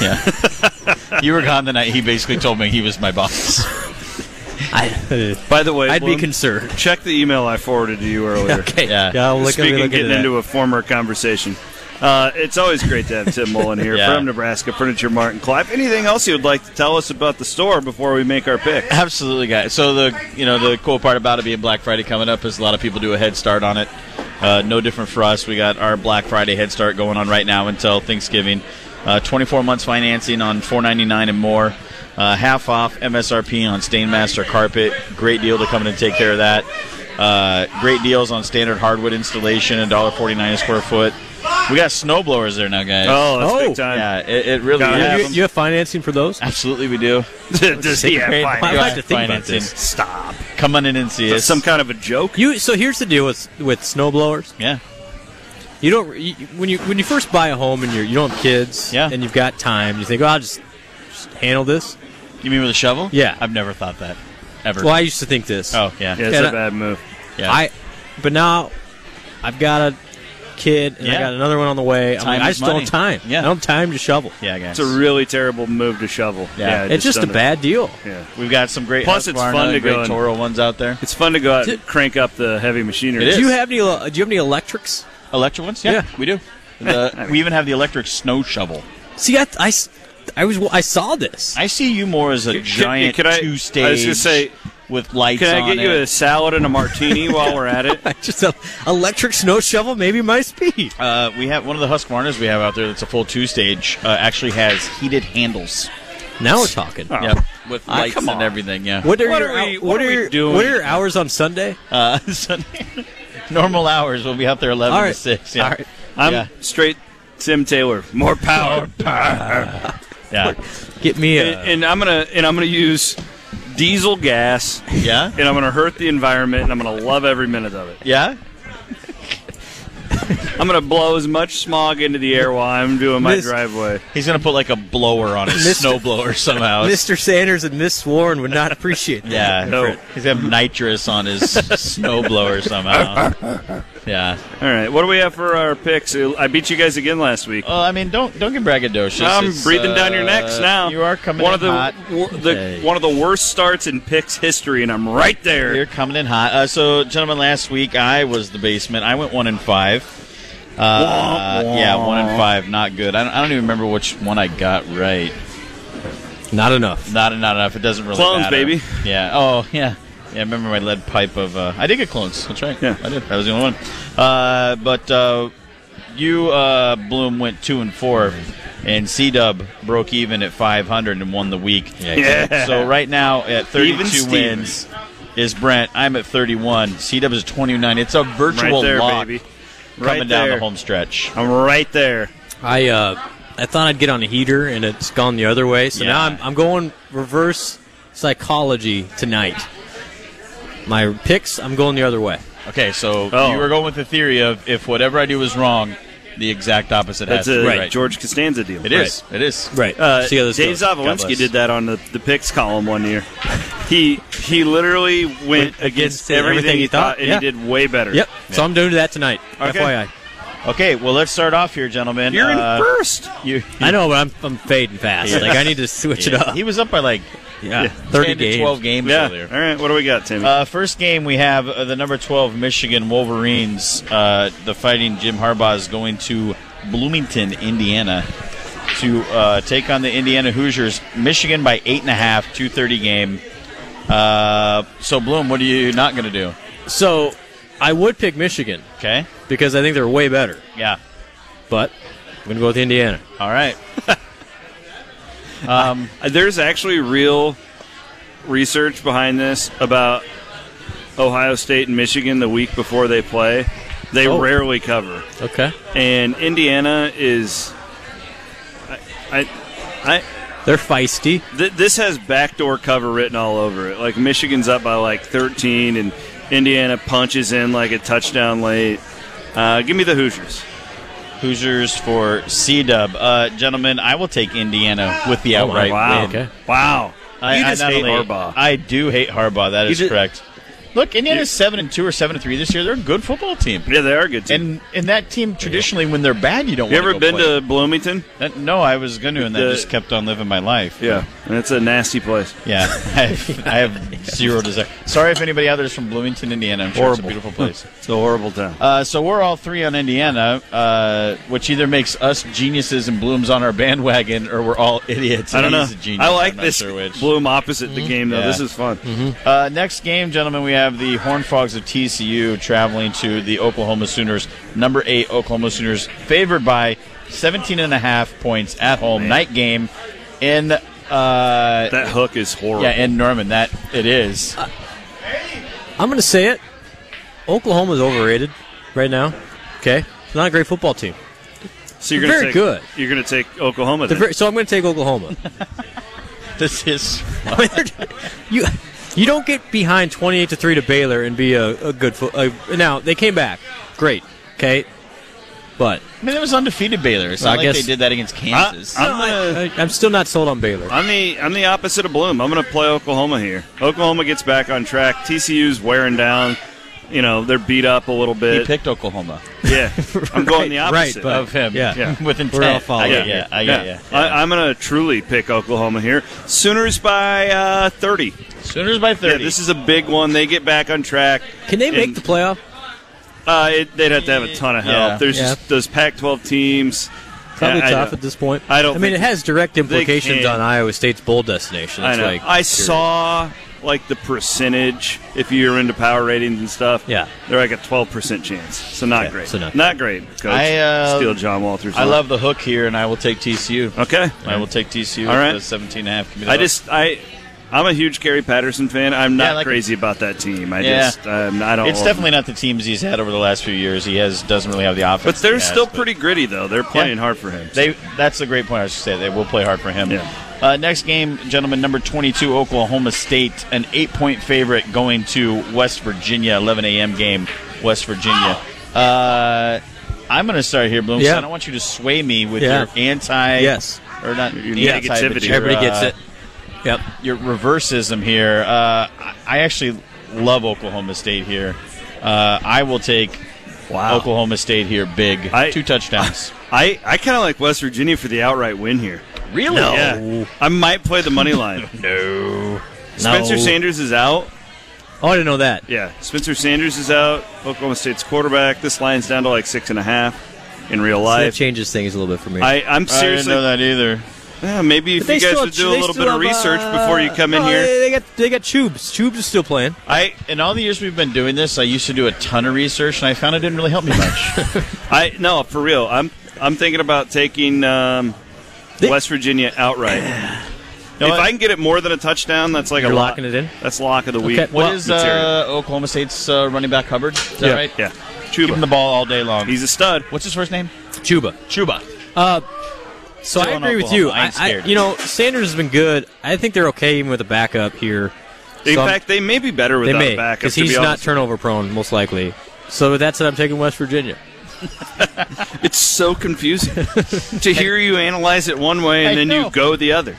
yeah. you were gone the night he basically told me he was my boss.
I,
By the way,
I'd be
Blum,
concerned.
Check the email I forwarded to you earlier.
Okay.
Yeah.
yeah I'll look,
Speaking of
I'll look
getting
into,
into a former conversation, uh, it's always great to have Tim Mullen here
Yeah.
from Nebraska Furniture Mart and Clive. Anything else you would like to tell us about the store before we make our pick?
Absolutely, guys. So the you know the cool part about it being Black Friday coming up is a lot of people do a head start on it. Uh, no different for us. We got our Black Friday head start going on right now until Thanksgiving. Uh, 24 months financing on 4.99 and more. Uh, half off MSRP on Stainmaster carpet. Great deal to come in and take care of that. Uh, great deals on standard hardwood installation, $1.49 a square foot. We got snow blowers there now, guys.
Oh, that's
Oh,
big time.
yeah, it, it really
Gotta
is.
have
you, you have financing for those?
Absolutely, we do.
Does he have
Great
I'd
finance?
like to think about
financing.
this.
Stop.
Come on in and see us.
Some kind of a joke?
You so here's the deal with with snowblowers.
yeah.
You don't you, when you when you first buy a home and you're you don't have kids
Yeah.
and you've got time. You think, oh, I'll just, just handle this.
You mean with a shovel?
Yeah.
I've never thought that. Ever.
Well, I used to think this.
oh, yeah.
Yeah, it's
And
a
I-
bad move.
yeah.
I, but now I've got a kid and I
Yeah.
got another one on the way. I'm
Time
like, I
is
just don't
money.
have time.
Yeah.
I don't have time to shovel.
yeah, guys.
It's a really terrible move to shovel.
Yeah.
Yeah, I
It's just a
done it.
bad deal.
Yeah.
We've got some great
Plus, it's
Husqvarna
fun
and
to go
great
and-
Toro ones out there.
It's fun to go out and crank up the heavy machinery.
It is.
Do you have any? uh, Do you have any electrics?
Electric ones? Yeah,
Yeah.
we do. The, we even have the electric snow shovel.
See, I, I, s- I was I saw this.
I see you more as a giant
can I-
two stage.
I was gonna say,
with lights.
Can I
on
get you
it.
a salad and a martini while we're at it?
just a electric snow shovel, maybe my speed.
Uh, we have one of the Husqvarnas we have out there that's a full two stage. Uh, actually has heated handles.
Now we're talking.
Yeah, with
Ah,
lights
come
and
on.
everything. Yeah.
What are
Oh. What
your
are we-
hou-
what
what
are
are
we
your
doing?
what are your hours on Sunday?
Uh, so- normal hours. We'll be out there eleven
All
to
right.
six. Yeah.
All right.
I'm
Yeah.
straight Tim Taylor. More power.
Yeah.
Get me a
and, and I'm gonna and I'm gonna use diesel gas,
Yeah.
and I'm gonna hurt the environment, and I'm gonna love every minute of it.
Yeah.
I'm gonna blow as much smog into the air while I'm doing my
Miss-
driveway.
He's gonna put like a blower on his
Mister-
snowblower somehow.
Mr. Sanders and Miss Warren would not appreciate that.
Yeah,
No.
he's gonna have nitrous on his snowblower somehow. Yeah.
All right, what do we have for our picks? I beat you guys again last week.
Well, I mean, don't don't get braggadocious.
I'm
It's,
breathing down your
uh,
necks now.
You are coming
one
in
of the,
hot.
wor- the
Hey.
one of the worst starts in picks history, and I'm right there.
You're coming in hot. Uh, so, gentlemen, last week I was the basement. I went one and five. Uh, yeah, one and five, not good. I don't, I don't even remember which one I got right.
Not enough.
Not not enough. It doesn't really
Clones,
matter.
baby.
Yeah. Oh yeah. Yeah. I Remember my lead pipe of. Uh, I did get clones. That's right.
Yeah.
I did. That was the only one. Uh, but uh, you uh, Bloom went two and four, and C Dub broke even at 500 and won the week.
Yeah.
So right now at
Even
32
Steven.
wins is Brent. I'm at 31. C Dub is 29. It's a virtual
Right there,
lock
baby.
coming
Right
down
there.
the home stretch.
I'm right there.
I uh, I thought I'd get on a heater, and it's gone the other way. So
Yeah.
now I'm, I'm going reverse psychology tonight. My picks, I'm going the other way.
Okay, so
Oh.
you were going with the theory of if whatever I do is wrong, the exact opposite
That's
has to
a
be
George Costanza deal.
It is. It is.
Right.
Uh,
See how this
Dave
goes. God
Zavolinski
bless.
did that on the, the picks column one year. He he literally went
against
against
everything
everything,
he
he thought,
thought,
and he
yeah.
did way better.
Yep. So I'm doing that tonight.
Okay.
FYI.
Okay. Well, let's start off here, gentlemen.
You're in
Uh,
first.
You,
I know, but I'm, I'm fading fast.
Yeah.
Like I need to switch it
Yeah,
up.
He was up by like
yeah.
30
Thirty games.
to 12 games
Yeah.
earlier.
All right. What do we got, Timmy?
Uh, first game we have uh, the number 12 Michigan Wolverines. Uh, the fighting Jim Harbaugh is going to Bloomington, Indiana, to uh, take on the Indiana Hoosiers. Michigan by eight and a half, two thirty game. Uh, so Bloom, what are you not going to do?
So I would pick Michigan
Okay.
because I think they're way better.
Yeah.
But I'm gonna go with Indiana.
All right.
Um, There's actually real research behind this about Ohio State and Michigan the week before they play. They
Oh.
rarely cover.
Okay.
And Indiana is. I. I I,
They're feisty.
th- this has backdoor cover written all over it. Like Michigan's up by like 13, and Indiana punches in like a touchdown late. Uh, give me the Hoosiers.
Hoosiers for C Dub. Uh, gentlemen, I will take Indiana with the
Oh,
outright
wow!
win.
okay.
Wow!
I,
you just
I not
hate
only-
Harbaugh.
I do hate Harbaugh. That is
ju-
correct. Look, Indiana's seven and two or seven and three this year. They're a good football team,
yeah, they are a good team.
and and that team traditionally, when they're bad, you don't.
you
wanna
ever
go
been
play.
to Bloomington?
That- no, I was going to, and that
the-
just kept on living my life.
Yeah, and it's a nasty place.
Yeah, I have, I have zero desire. Sorry if anybody out there is from Bloomington, Indiana. I'm sure
Horrible.
it's a beautiful place.
It's a horrible town.
Uh, so we're all three on Indiana, uh, which either makes us geniuses and blooms on our bandwagon, or we're all idiots.
I don't know.
He's a genius.
I like
I'm not
this
Sure which.
Bloom opposite
Mm-hmm.
the game though.
Yeah.
This is fun.
Uh, next game, gentlemen, we have the Horned Frogs of TCU traveling to the Oklahoma Sooners. Number eight Oklahoma Sooners favored by 17 and a half points at home. Night game in uh,
That hook is horrible.
yeah in Norman. That it is.
I'm gonna say it. Oklahoma's overrated right now. Okay. They're not a great football team.
so you're gonna
very
take,
good.
You're gonna take Oklahoma.
They're
Then.
very- so I'm gonna take Oklahoma.
This is
I mean, they're- you you don't get behind 28 to 3 to Baylor and be a, a good foot. Uh, now, they came back. Great. Okay. But
I mean, it was undefeated Baylor. It's
Well,
not
I
like
guess-
they did that against Kansas.
I'm gonna.
I, I'm still not sold on Baylor.
I'm the I'm the opposite of Bloom. I'm going to play Oklahoma here. Oklahoma gets back on track. TCU's wearing down. You know they're beat up a little
he
bit.
picked Oklahoma
yeah, I'm going the opposite.
right, but-
of him.
Yeah.
Yeah.
with intent.
We're all following
I get
you.
ya, I get ya.
I, I'm going to truly pick Oklahoma here. Sooners by uh, 30.
Sooners by 30.
Yeah, this is a big one. They get back on track.
Can they make
And-
the playoff?
Uh, it, they'd have to have a ton of help.
Yeah.
There's
Yeah.
just those Pac-12 teams.
Probably
Yeah, I
tough
know.
at this point.
I don't
I mean,
think
it has direct implications
can.
on Iowa State's bowl destination.
I
That's
know.
like
I
serious.
saw like the percentage if you're into power ratings and stuff.
Yeah.
they're like a 12 percent chance. So not
Yeah,
great.
so not
great. Coach.
I, uh,
steal John Walters.
I love the hook here, and I will take TCU.
Okay.
I will take TCU.
All
with
right.
the 17 and a half. Give me the
I
hook.
just I. I'm a huge Gary Patterson fan. I'm not
Yeah, I like
crazy about that team. I
Yeah.
just um, I don't.
It's
love
definitely
them.
not the teams he's had over the last few years. He has doesn't really have the offense.
But they're
he has,
still
but
pretty gritty though. They're playing hard for him.
They that's the great point. I was going to say they will play hard for him.
Yeah.
Uh, next game, gentlemen, number twenty-two, Oklahoma State, an eight-point favorite going to West Virginia, eleven a.m. game, West Virginia. Uh, I'm going to start here, Bloom. 'cause
Yeah.
I don't want you to sway me with
Yeah.
your anti.
Yes.
Or not
Your
anti, but
negativity.
your,
Everybody
uh,
gets it. Yep.
your reversism here. Uh, I- I actually love Oklahoma State here. Uh, I will take
Wow.
Oklahoma State here big.
I-
Two touchdowns.
I, I kind of like West Virginia for the outright win here.
really?
Yeah. I might play the money line.
No.
Spencer
No.
Sanders is out.
Oh, I didn't know that.
Yeah, Spencer Sanders is out. Oklahoma State's quarterback. This line's down to like six and a half. in real
So that
life.
changes things a little bit for me.
I, I'm
I didn't
seriously.
know that either.
Yeah, maybe if
But they
you guys
still
would
have-
do a
they
little
still
bit of
have,
research
uh,
before you come in
no,
here.
They, they got they got tubes. Tubes is still playing.
I in all the years we've been doing this, I used to do a ton of research, and I found it didn't really help me much.
I no, oh, for real. I'm I'm thinking about taking um,
They-
West Virginia outright.
No,
if
I-
I can get it more than a touchdown, that's like
You're
a lock.
locking it in?
That's lock of the week.
Okay.
What
Well,
is
material.
uh, Oklahoma State's uh, running back Hubbard? Is that
Yeah.
right?
yeah,
Give him the
Chuba.
ball all day long.
He's a stud.
What's his first name?
Chuba.
Chuba.
Uh,
Still
So I
in
agree with
Oklahoma.
you.
I ain't
I, I,
scared.
you know, Sanders has been good. I think they're okay even with a backup here.
In
So I'm-
fact, they may be better
they
without
may
a backup.
because
to
he's
be
not
honest.
turnover prone, most likely. So that's it. I'm taking West Virginia.
It's so confusing to hear you analyze it one way and
I
then
know.
you go the other.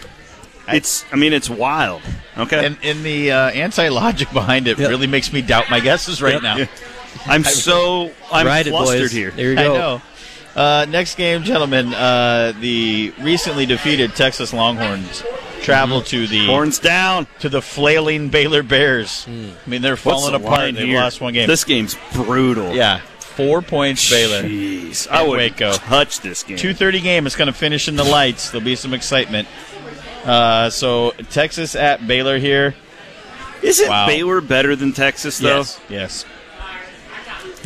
It's, I mean, it's wild. Okay,
And and the uh, anti logic behind it
Yep.
really makes me doubt my guesses right
Yep.
now.
I'm so I'm
Ride it,
flustered
boys.
here.
There you
I
go.
know. Uh, next game, gentlemen, uh, the recently defeated Texas Longhorns travel to the
Mm-hmm. Horns down.
to the flailing Baylor Bears.
Hmm.
I mean, they're
What's
falling
the line
apart. They
here?
lost one game.
This game's brutal.
yeah, four points Baylor.
Jeez,
At
I would
Waco.
touch this game.
Two thirty game. It's going to finish in the lights. There'll be some excitement. Uh, so Texas at Baylor here.
Isn't
Wow.
Baylor better than Texas though?
yes.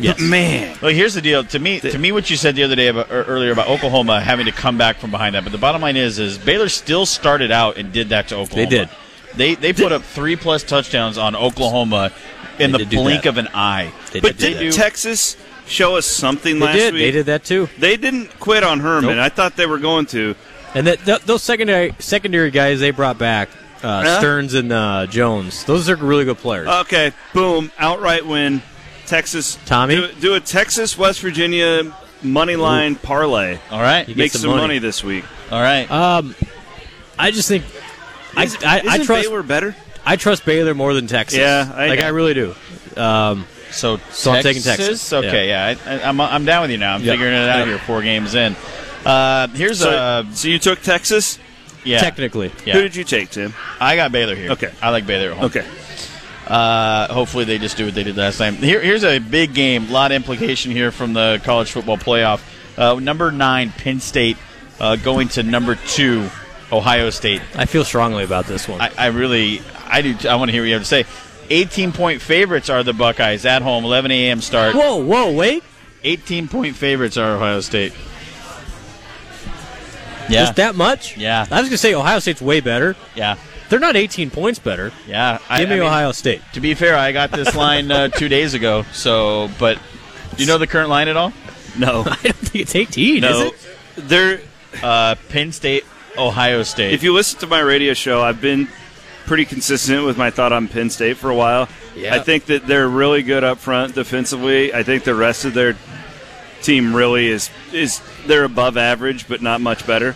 But man,
Well, here's the deal. To me, to me, what you said the other day about, or earlier about Oklahoma having to come back from behind that, but the bottom line is, is Baylor still started out and did that to Oklahoma.
did.
They they put up three plus touchdowns on Oklahoma in the
They did do
blink
that.
of an eye.
They
but
did
did
that.
not Texas show us something
They
last
did.
week?
They did that too.
They didn't quit on Herman.
Nope.
I thought they were going to.
And that th- those secondary secondary guys they brought back uh,
Huh?
Stearns and uh, Jones. Those are really good players.
Okay, boom, outright win. Texas.
Tommy?
do, do a Texas West Virginia money line parlay.
All right,
You get
Make
some
some money.
money
this week.
all right.
um, I just think I,
Is-
I, I
isn't
trust
Baylor better.
I trust Baylor more than Texas.
Yeah, I-
like I really do. Um,
so
so I'm taking Texas.
Okay, yeah, I, I, I'm I'm down with you now. I'm
Yeah.
figuring it out here. Four games in. Uh, here's
So,
a
so you took Texas.
yeah.
Technically,
Yeah.
Who did you take, Tim?
I got Baylor here.
Okay.
I like Baylor at home.
Okay,
Uh, hopefully they just do what they did last time. Here, here's a big game. A lot of implication here from the college football playoff. Uh, number nine, Penn State, uh, going to number two, Ohio State.
I feel strongly about this one.
I, I really, I do. I want to hear what you have to say. 18 point favorites are the Buckeyes at home. 11 a.m. start.
whoa, whoa, wait!
18 point favorites are Ohio State. Yeah,
Just that much?
Yeah.
I was gonna say Ohio State's way better.
yeah,
They're not 18 points better.
yeah. I-
Give me
I mean,
Ohio State.
To be fair, I got this line uh, two days ago. So, but do you know the current line at all?
no,
I don't think it's 18. Is
no.
it?
There,
Uh, Penn State, Ohio State.
if you listen to my radio show, I've been pretty consistent with my thought on Penn State for a while.
Yeah.
I think that they're really good up front defensively. I think the rest of their team really is is they're above average, but not much better.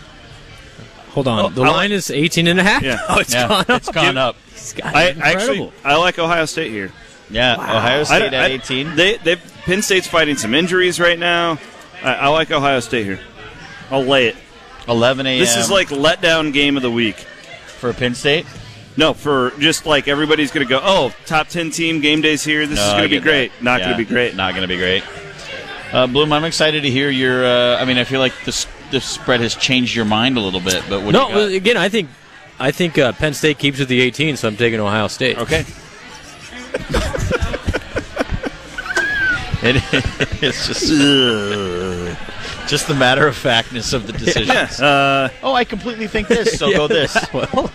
Hold on. the
I-
line is 18 and a half.
Yeah.
Oh, it's
Oh, yeah,
gone up.
it's gone up.
It's got
I
incredible.
actually I like Ohio State here.
Yeah, Ohio
I-
State
I-
at 18.
They they Penn State's fighting some injuries right now. I, I like Ohio State here. I'll lay it.
11 a.m.
This is like letdown game of the week.
for Penn State.
No, for just like everybody's going to go, oh, top 10 team, game day's here. This
No,
is
I
going to be
get that.
great. Not
Yeah,
going to be great.
Not going to be great. Uh, Bloom, I'm excited to hear your. Uh, I mean, I feel like this this spread has changed your mind a little bit. But what
no,
do
well,
you
again, I think I think uh, Penn State keeps with the 18, so I'm taking Ohio State.
got? okay. it, it's just just the matter of factness of the decisions.
Uh,
Oh, I completely think this, so
Yeah.
go this. Um,
Well,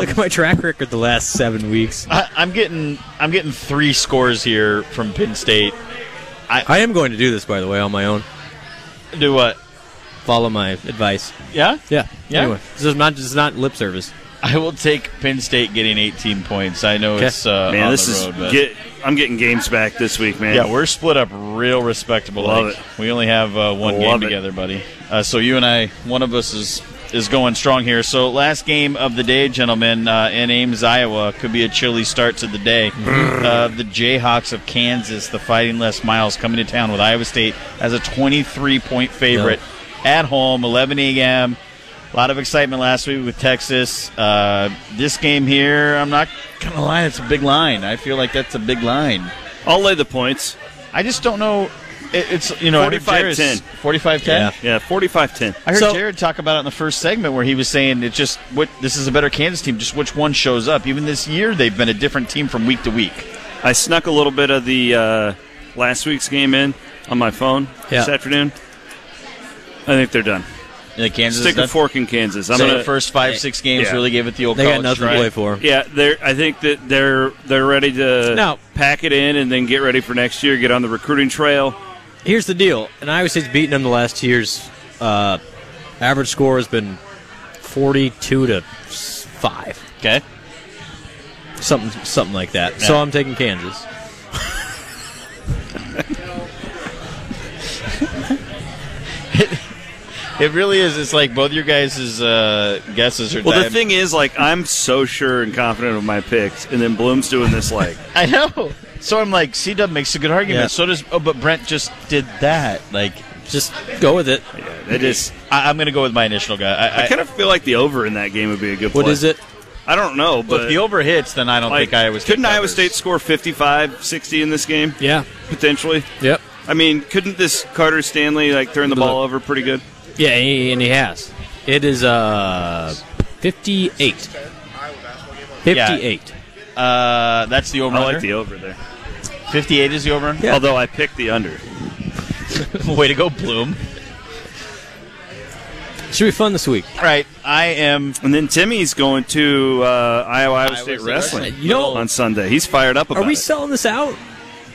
look at my track record the last seven weeks.
I, I'm getting I'm getting three scores here from Penn State.
I am going to do this, by the way, on my own.
Do what?
Follow my advice.
Yeah,
Yeah.
Yeah?
Anyway, this is not this is not lip service.
I will take Penn State getting 18 points. I know
Okay.
it's uh,
man,
on
this
the
is.
road, but
Get, I'm getting games back this week, man.
yeah, we're split up real respectable.
Love
like,
it.
We only have uh, one game
Love it.
together, buddy. Uh, so you and I, one of us is is going strong here. So last game of the day, gentlemen, uh, in Ames, Iowa, could be a chilly start to the day. uh, the Jayhawks of Kansas, the Fighting Les Miles, coming to town with Iowa State as a 23 point favorite at home, 11 a.m. A lot of excitement last week with Texas. Uh, this game here, I'm not gonna lie, it's a big line. I feel like that's a big line.
I'll lay the points.
I just don't know. it, it's you know I heard
45-10.
Jared's- 45-10?
Yeah, yeah, forty-five ten.
I heard
So-
Jared talk about it in the first segment where he was saying it just what this is a better Kansas team, just which one shows up. Even this year, they've been a different team from week to week.
I snuck a little bit of the uh, last week's game in on my phone this
Yeah.
afternoon. I think they're done.
Yeah, Kansas
Stick a fork in Kansas. I'm
so
gonna
the first five six games
Yeah.
really gave it the old
They got
college
nothing
try.
to play for.
Yeah, they're. I think that they're they're ready to
Now-
pack it in and then get ready for next year. Get on the recruiting trail.
Here's the deal, and Iowa State's beaten them the last two years. Uh, average score has been 42 to s- 5,
Okay,
something something like that. So
Yeah.
I'm taking Kansas.
it really is. It's like both your guys' uh, guesses are.
Well, the
diam-
thing is, like, I'm so sure and confident of my picks, and then Bloom's doing this. Like,
I know. So I'm like, C Dub makes a good argument.
Yeah.
So does. Oh, but Brent just did that. Like,
Just go with it.
it is.
I, I'm going to go with my initial guy. I,
I kind of feel like the over in that game would be a good.
What
play.
is it?
I don't know, but
if the over hits, then I don't
like,
think Iowa State.
couldn't Iowa
covers.
State score 55, 60 in this game?
Yeah.
potentially.
Yep.
I mean, couldn't this Carter Stanley like turn the ball over pretty good?
Yeah, and he, and he has. It is uh 58. 58.
Uh, that's the over.
I like the over there.
58 is the over.
Although I picked the under.
Way to go, Bloom.
Should be fun this week.
All right, I am.
And then Timmy's going to uh, Iowa, Iowa State
State
Wrestling.
You know-
on Sunday, he's fired up about
Are we
it.
selling this out?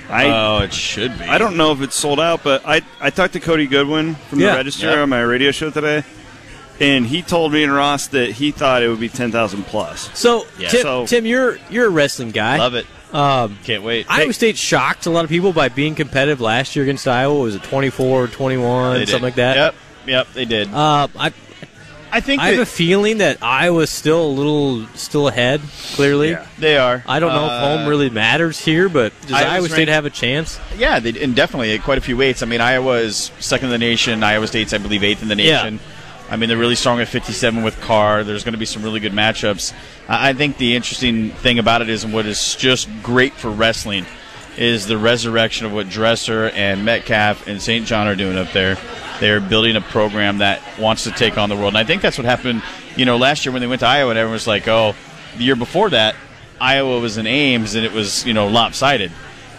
I
Oh, it should be.
I don't know if it's sold out, but I I talked to Cody Goodwin from
Yeah.
the Register
Yeah.
on my radio show today, and he told me and Ross that he thought it would be ten thousand plus.
So,
Yeah.
Tim,
So-
Tim, you're you're a wrestling guy.
Love it.
Um,
Can't wait.
Iowa State shocked a lot of people by being competitive last year against Iowa. What Was it 24, 21,
They did.
something like that?
Yep, yep, they did.
Uh, I,
I think
I have
that
a feeling that Iowa's still a little still ahead. Clearly,
Yeah.
they are.
I don't know if
Uh,
home really matters here, but does
Iowa's
Iowa State
ranked-
have a chance?
Yeah, they, and definitely at quite a few weights. I mean, Iowa is second in the nation. Iowa State's, I believe, eighth in the
Yeah.
nation. I mean, they're really strong at 57 with Carr. There's going to be some really good matchups. I I think the interesting thing about it is, and what is just great for wrestling, is the resurrection of what Dresser and Metcalf and St. John are doing up there. They're building a program that wants to take on the world. And I think that's what happened, you know, last year when they went to Iowa and everyone was like, oh, the year before that, Iowa was in Ames and it was, you know, lopsided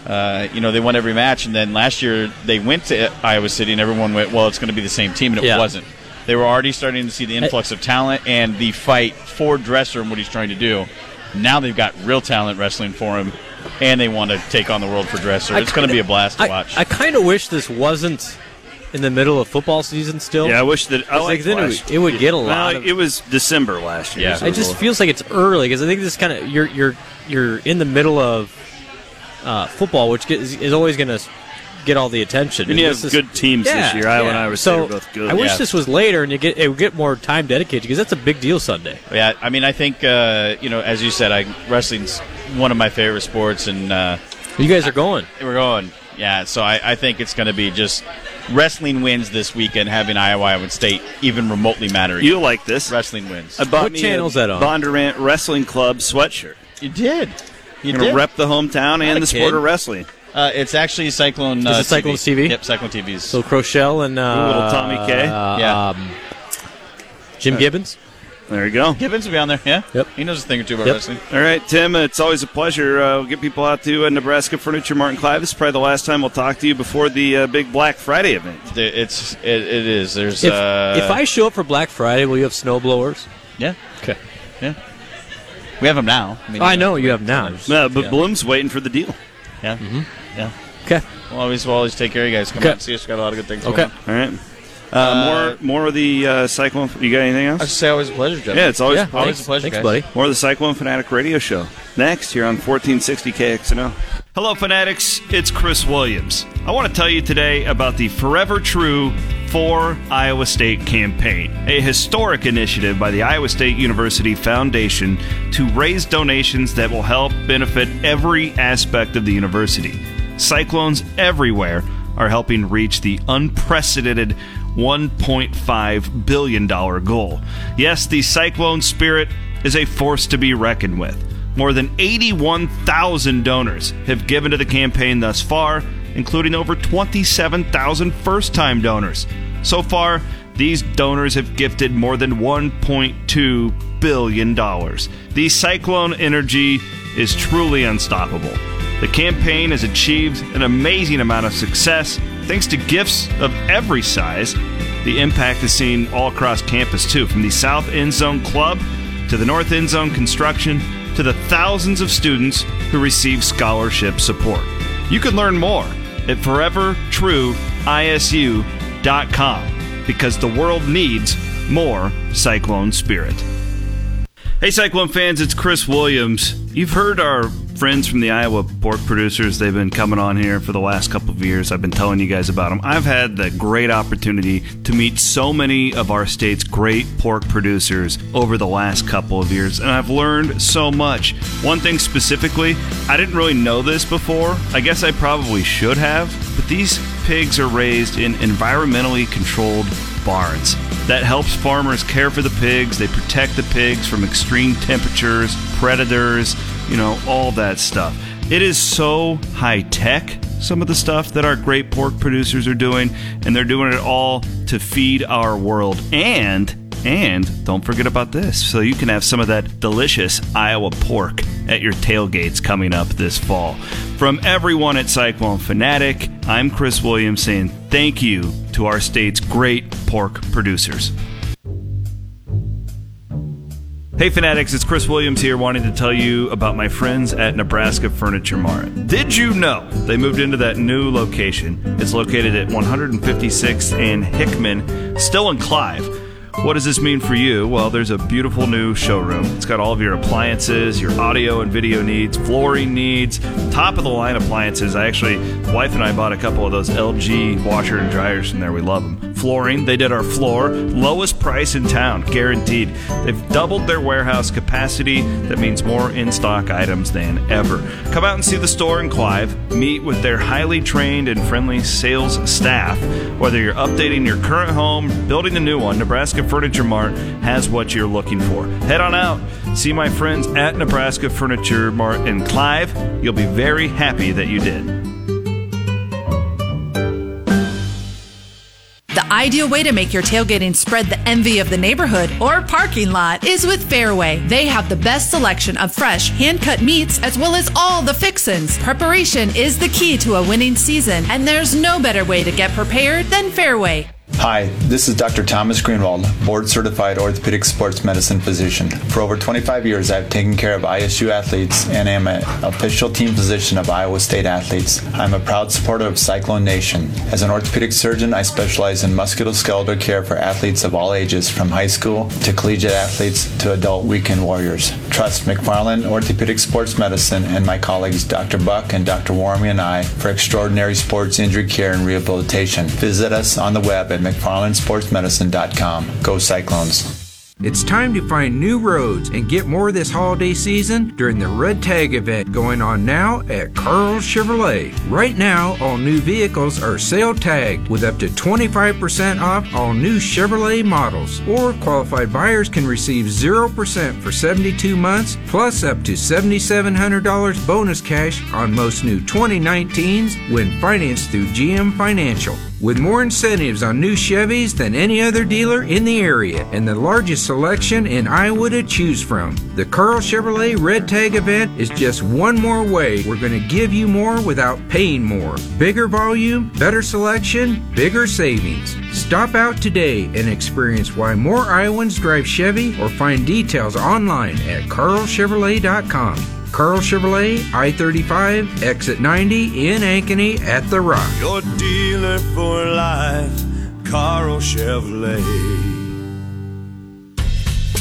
uh, you know, they won every match, and then last year they went to Iowa City, and everyone went, "Well, it's going to be the same team," and it
Yeah.
wasn't. They were already starting to see the influx of talent and the fight for Dresser and what he's trying to do. Now they've got real talent wrestling for him, and they want to take on the world for Dresser.
I
it's going to be a blast to
I,
watch.
I kind of wish this wasn't in the middle of football season still.
Yeah, I wish that I
It's like
liked
then it
last
would- it would get a
Well,
lot of-
it was December last year.
Yeah.
so
It
was a
just
little-
feels like it's early because I think this kind of you're you're you're in the middle of uh, football, which gets, is always going to get all the attention.
And you
this
have
is-
good teams this year. Iowa and Iowa State
so
are both good.
I wish
Yeah.
this was later, and you get it would get more time dedicated because that's a big deal Sunday.
Yeah, I mean, I think uh, you know, as you said, I wrestling's one of my favorite sports, and uh,
You guys are going.
we're going. Yeah, so I, I think it's going to be just wrestling wins this weekend, having Iowa Iowa State even remotely mattering.
you like this.
wrestling wins.
I bought
What
me
channel's
a
that on?
Bondurant Wrestling Club sweatshirt.
You did. You
Gonna rep the hometown and the sport
kid.
of wrestling.
Uh, it's actually Cyclone. Uh,
it Cyclone TV?
Yep, Cyclone TV's.
So Crochelle and uh,
Ooh, little Tommy K. Uh,
uh,
Yeah.
um, Jim Gibbons.
There you go.
Gibbons will be on there. Yeah.
Yep.
He knows a thing or two about
Yep.
wrestling.
All right, Tim, it's always a pleasure. Uh, we'll get people out to uh, Nebraska Furniture Martin Clive. This is probably the last time we'll talk to you before the uh, big Black Friday event.
The- It's it, it is. There's
If,
uh,
if I show up for Black Friday, will you have snow blowers?
yeah
Okay.
yeah. We have them now. I, mean,
I know you have now.
Uh, but
Yeah.
Bloom's waiting for the deal.
Yeah. Mm-hmm.
Mm-hmm.
Yeah.
Okay.
We'll always we'll always take care of you guys. Come
Okay.
out and see us. Got a lot of good things.
Okay.
Going on.
All right. Uh, more more of the uh, Cyclone. You got anything
I
else?
say always a pleasure, Jeff.
Yeah, it's always
yeah.
always
thanks.
a pleasure,
Thanks,
guys.
buddy.
More of the Cyclone Fanatic Radio Show next here on 1460 KXNO. Hello, Fanatics. It's Chris Williams. I want to tell you today about the Forever True for Iowa State campaign, a historic initiative by the Iowa State University Foundation to raise donations that will help benefit every aspect of the university. Cyclones everywhere are helping reach the unprecedented $1.5 billion goal. Yes, the cyclone spirit is a force to be reckoned with. More than 81,000 donors have given to the campaign thus far, including over 27,000 first time donors. So far, these donors have gifted more than $1.2 billion. The Cyclone Energy is truly unstoppable. The campaign has achieved an amazing amount of success thanks to gifts of every size. The impact is seen all across campus, too, from the South End Zone Club to the North End Zone construction to the thousands of students who receive scholarship support. You can learn more at forevertrueisu.com because the world needs more Cyclone Spirit. Hey, Cyclone fans, it's Chris Williams. You've heard our friends from the Iowa pork producers. They've been coming on here for the last couple of years. I've been telling you guys about them. I've had the great opportunity to meet so many of our state's great pork producers over the last couple of years, and I've learned so much. One thing specifically, I didn't really know this before. I guess I probably should have, but these pigs are raised in environmentally controlled barns. That helps farmers care for the pigs. They protect the pigs from extreme temperatures, predators, you know, all that stuff. It is so high tech, some of the stuff that our great pork producers are doing, and they're doing it all to feed our world. And, and don't forget about this so you can have some of that delicious Iowa pork at your tailgates coming up this fall. From everyone at Cyclone Fanatic, I'm Chris Williams saying thank you to our state's great pork producers. Hey Fanatics, it's Chris Williams here wanting to tell you about my friends at Nebraska Furniture Mart. Did you know they moved into that new location? It's located at 156th and Hickman, still in Clive. What does this mean for you? Well, there's a beautiful new showroom. It's got all of your appliances, your audio and video needs, flooring needs, top of the line appliances. I actually, wife and I bought a couple of those LG washer and dryers from there. We love them. Flooring, they did our floor, lowest price in town, guaranteed. They've doubled their warehouse capacity. That means more in stock items than ever. Come out and see the store in Clive. Meet with their highly trained and friendly sales staff. Whether you're updating your current home, building a new one, Nebraska Furniture Mart has what you're looking for. Head on out. See my friends at Nebraska Furniture Mart in Clive. You'll be very happy that you did.
The ideal way to make your tailgating spread the envy of the neighborhood or parking lot is with Fairway. They have the best selection of fresh, hand cut meats as well as all the fixins. Preparation is the key to a winning season, and there's no better way to get prepared than Fairway.
Hi, this is Dr. Thomas Greenwald, board certified orthopedic sports medicine physician. For over 25 years, I've taken care of ISU athletes and am an official team physician of Iowa State athletes. I'm a proud supporter of Cyclone Nation. As an orthopedic surgeon, I specialize in musculoskeletal care for athletes of all ages, from high school to collegiate athletes to adult weekend warriors. Trust McFarland Orthopedic Sports Medicine and my colleagues Dr. Buck and Dr. Warmy and I for extraordinary sports injury care and rehabilitation. Visit us on the web at McFarlandSportsMedicine.com. Go Cyclones.
It's time to find new roads and get more this holiday season during the Red Tag event going on now at Carl Chevrolet. Right now, all new vehicles are sale tagged with up to 25% off all new Chevrolet models, or qualified buyers can receive 0% for 72 months plus up to $7,700 bonus cash on most new 2019s when financed through GM Financial. With more incentives on new Chevys than any other dealer in the area and the largest selection in Iowa to choose from, the Carl Chevrolet Red Tag event is just one more way we're going to give you more without paying more. Bigger volume, better selection, bigger savings. Stop out today and experience why more Iowans drive Chevy or find details online at carlchevrolet.com. Carl Chevrolet, I 35, exit 90 in Ankeny at The Rock.
Your dealer for life, Carl Chevrolet.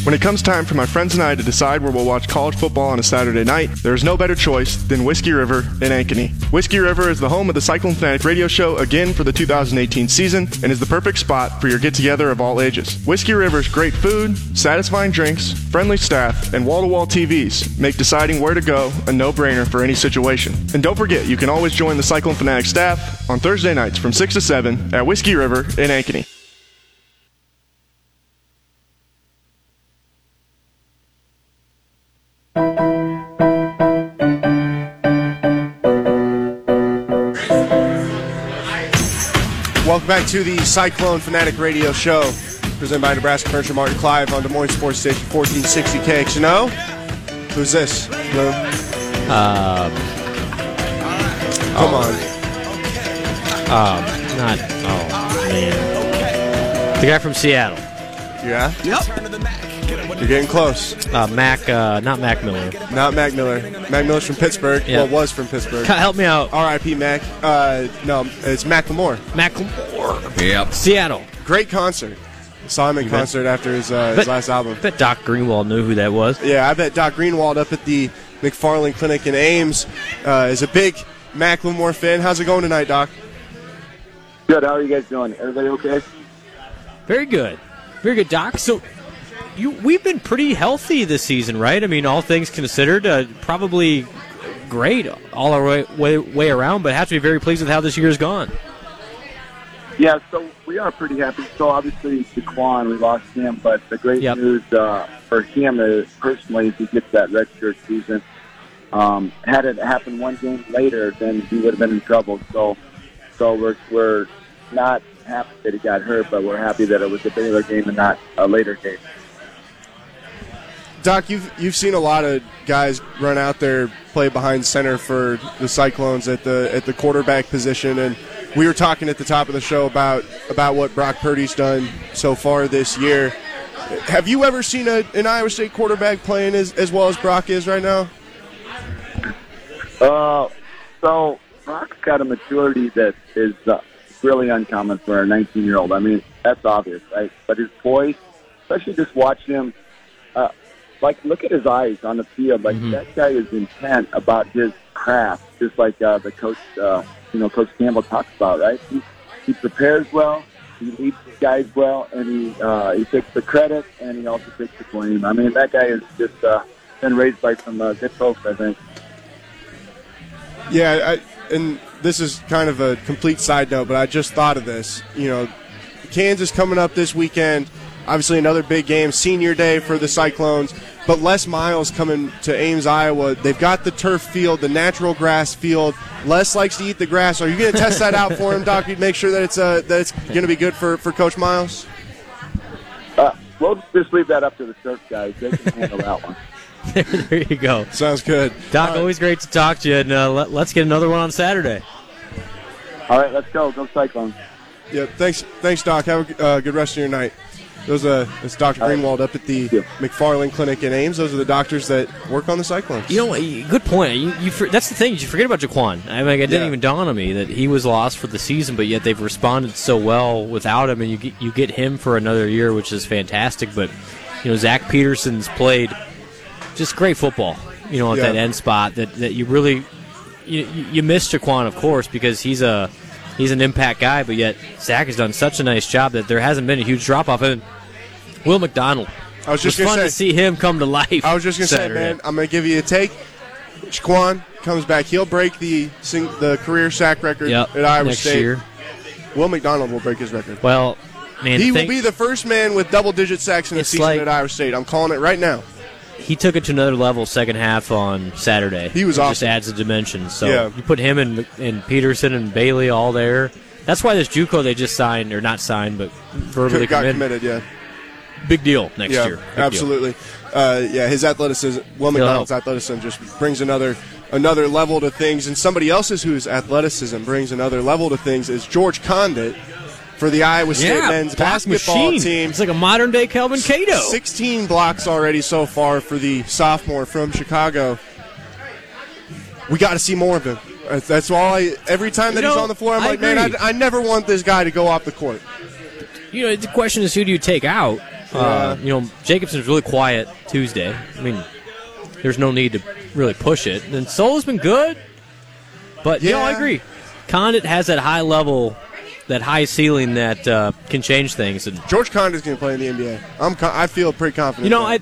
When it comes time for my friends and I to decide where we'll watch college football on a Saturday night, there is no better choice than Whiskey River in Ankeny. Whiskey River is the home of the Cyclone Fanatic radio show again for the 2018 season and is the perfect spot for your get together of all ages. Whiskey River's great food, satisfying drinks, friendly staff, and wall to wall TVs make deciding where to go a no brainer for any situation. And don't forget, you can always join the Cyclone Fanatic staff on Thursday nights from 6 to 7 at Whiskey River in Ankeny. back to the Cyclone Fanatic Radio Show, presented by Nebraska Furniture Mart and Clive on Des Moines Sports Station 1460 KXNO. Who's this? No.
Um,
Come on.
Um, not. Oh man. The guy from Seattle.
Yeah. Yep. You're getting close.
Uh, Mac, uh, not Mac Miller.
Not Mac Miller. Mac Miller's from Pittsburgh.
Yeah.
Well, was from Pittsburgh.
Help me out.
R.I.P. Mac. Uh, no, it's Macklemore.
Macklemore.
Uh,
Yep.
Seattle.
Great concert. Saw him in
You bet.
concert after his, uh, his
Bet-
last album.
I bet Doc Greenwald knew who that was.
Yeah, I bet Doc Greenwald up at the McFarland Clinic in Ames uh, is a big Macklemore fan. How's it going tonight, Doc?
Good. How are you guys doing? Everybody okay?
Very good. Very good, Doc. So, you we've been pretty healthy this season, right? I mean, all things considered, uh, probably great all our way, way, way around, but have to be very pleased with how this year's gone.
Yeah, so we are pretty happy. So obviously, Jaquan, we lost him, but the great news uh, for him is personally, if he gets that redshirt season, um, had it happened one game later, then he would have been in trouble. So, so we're we're not happy that he got hurt, but we're happy that it was a Baylor game and not a later game.
Doc, you've you've seen a lot of guys run out there play behind center for the Cyclones at the at the quarterback position, and we were talking at the top of the show about about what Brock Purdy's done so far this year. Have you ever seen a, an Iowa State quarterback playing as, as well as Brock is right now?
Uh, so Brock's got a maturity that is uh, really uncommon for a 19 year old. I mean, that's obvious, right? But his poise, especially just watching him, uh, like look at his eyes on the field. Like that guy is intent about his craft, just like uh, the coach, uh, you know, Coach Campbell talks about, right? He, he prepares well, he leads his guys well, and he uh, he takes the credit and he also takes the blame. I mean, that guy is just uh, been raised by some uh, good folks, I think.
Yeah, I, and this is kind of a complete side note, but I just thought of this. You know, Kansas coming up this weekend. Obviously, another big game, senior day for the Cyclones. But Les Miles coming to Ames, Iowa. They've got the turf field, the natural grass field. Les likes to eat the grass. Are you going to test that out for him, Doc? You'd make sure that it's uh, that it's going to be good for, for Coach Miles.
Uh, we'll just leave that up to the surf guys. They can handle that one.
there, there you go.
Sounds good.
Doc, always great to talk to you, and uh, let, let's get another one on Saturday.
All right, let's go. Go Cyclones.
Yep. Thanks, thanks, Doc. Have a g- uh, good rest of your night. Those uh, it's Dr. Greenwald up at the McFarland Clinic in Ames. Those are the doctors that work on the Cyclones.
You know, y- good point. You, you for, that's the thing. You forget about Jaquan. I mean, it didn't
Yeah.
even dawn on me that he was lost for the season, but yet they've responded so well without him, and you get, you get him for another year, which is fantastic. But you know, Zach Peterson's played just great football. You know, at
Yeah.
that end spot, that, that you really you, you you miss Jaquan, of course, because he's a he's an impact guy. But yet Zach has done such a nice job that there hasn't been a huge drop off. And Will McDonald,
I was just
it was
gonna say-
fun to see him come to life.
I was just gonna
Saturday.
say, man, I'm gonna give you a take. Shaquan comes back. He'll break the sing, the career sack record
Yep,
at Iowa
next
State.
year.
Will McDonald will break his record.
Well, man,
he
thank-
will be the first man with double digit sacks in a
It's
season
like-
at Iowa State. I'm calling it right now.
he took it to another level second half on Saturday. He
was
it Just
awesome.
adds a dimension. So
Yeah.
you put him and and Peterson and Bailey all there. That's why this JUCO they just signed or not signed, but verbally
Got
committed.
committed, yeah.
Big deal next
yeah,
year. Big deal.
absolutely. Uh, yeah, his athleticism, Will McDonald's athleticism, just brings another another level to things. And somebody else's whose athleticism brings another level to things is George Condit for the Iowa State
Yeah,
men's
block
basketball
machine.
team.
It's like a modern day Calvin Cato.
Sixteen blocks already so far for the sophomore from Chicago. We got to see more of him. That's- That's all. I every time that
You
he's
know,
on the floor, I'm
I
like, man,
agree.
I, I never want this guy to go off the court.
You know, the question is who do you take out? Uh, you know, Jacobson's really quiet Tuesday. I mean, there's no need to really push it. And Soul's been good, but you know, I
Yeah.
agree. Condit has that high level, that high ceiling that uh, can change things. And
George Condit's going to play in the NBA. I'm. co- I feel pretty confident.
you know,
about it.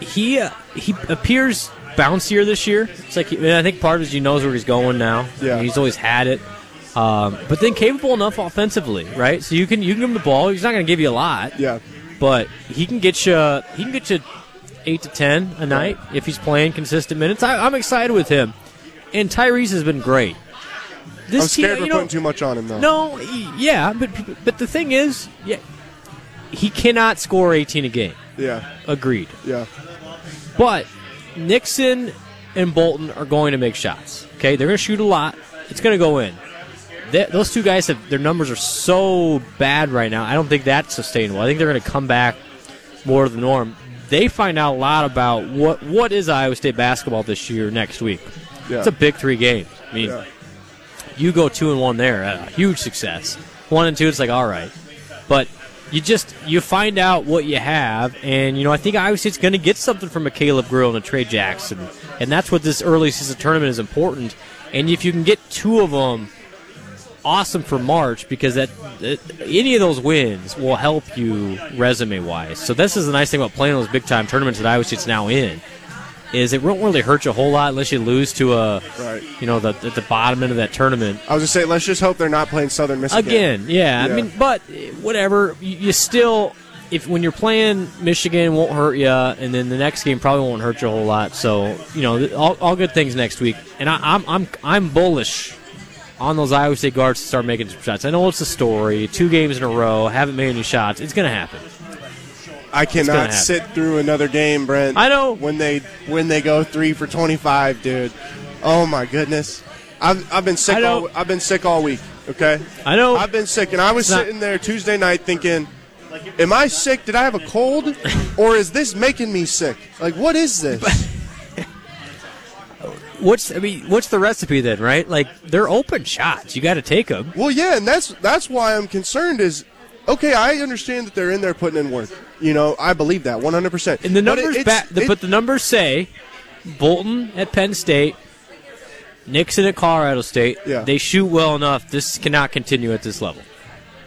I he uh, he appears bouncier this year. It's like and I think part of it is he knows where he's going now. Yeah, he's always had it. Um, but then capable enough offensively, right? So you can you can give him the ball. He's not going to give you a lot.
Yeah,
but he can get you he can get you eight to ten a night if he's playing consistent minutes. I, I'm excited with him, and Tyrese has been great.
I'm
this
scared
team,
we're
you know,
putting too much on him, though.
No, y- yeah, but but the thing is, yeah, he cannot score 18 a game.
Yeah.
Agreed.
Yeah.
But Nixon and Bolton are going to make shots. Okay, they're going to shoot a lot. It's going to go in. Th those two guys have their numbers are so bad right now. I don't think that's sustainable. I think they're going to come back more to the norm. They find out a lot about what what is Iowa State basketball this year next week.
Yeah.
It's a big three games. I mean, you go two and one there, uh, huge success. One and two, it's like all right, but you just you find out what you have, and you know I think Iowa State's going to get something from a Caleb Grill and a Trey Jackson, and that's what this early season tournament is important. And if you can get two of them, awesome for March because that, that any of those wins will help you resume wise. So this is the nice thing about playing those big time tournaments that Iowa State's now in. Is it won't really hurt you a whole lot unless you lose to a,
Right.
you know, the, at the bottom end of that tournament.
I was gonna say, let's just hope they're not playing Southern Michigan
Again, yeah, I mean, but eh, whatever. You, you still, if when you're playing Michigan, won't hurt you, and then the next game probably won't hurt you a whole lot. So you know, th- all, all good things next week, and I, I'm I'm I'm bullish on those Iowa State guards to start making some shots. I know it's a story, two games in a row, haven't made any shots. It's gonna happen.
I
gonna
cannot
happen.
sit through another game, Brent.
I know
when they when they go three for twenty five, dude. Oh my goodness, I've, I've been sick. All, I've been sick all week. Okay,
I know.
I've been sick, and I was
It's not-
sitting there Tuesday night thinking, "Am I sick? Did I have a cold, or is this making me sick? Like, what is this?"
What's I mean? What's the recipe then? Right? Like they're open shots. You got to take them.
Well, yeah, and that's that's why I'm concerned. Is okay, I understand that they're in there putting in work. You know, I believe that 100. percent
And the numbers back, the, but the numbers say Bolton at Penn State, Nixon at Colorado State.
Yeah.
They shoot well enough. This cannot continue at this level.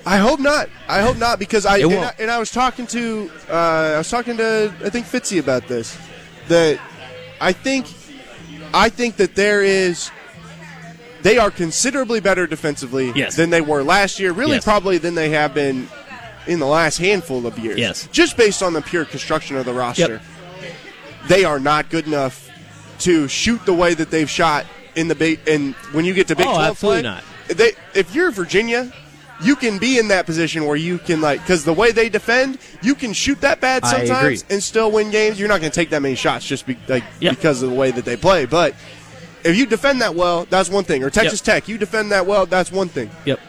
I hope not. I hope not because I
It
and,
won't.
I and I was talking to uh, I was talking to I think Fitzy about this that I think I think that there is they are considerably better defensively than they were last year. Really,
Yes.
probably than they have been in the last handful of years.
Yes.
just based on the pure construction of the roster, they are not good enough to shoot the way that they've shot in the big. And when you get to Big
Oh,
12
absolutely
play,
not.
They, if you're Virginia, you can be in that position where you can like because the way they defend, you can shoot that bad
I agree.
sometimes and still win games. You're not going to take that many shots just be, like because of the way that they play. But if you defend that well, that's one thing. Or Texas Tech, you defend that well, that's one thing.
Yep.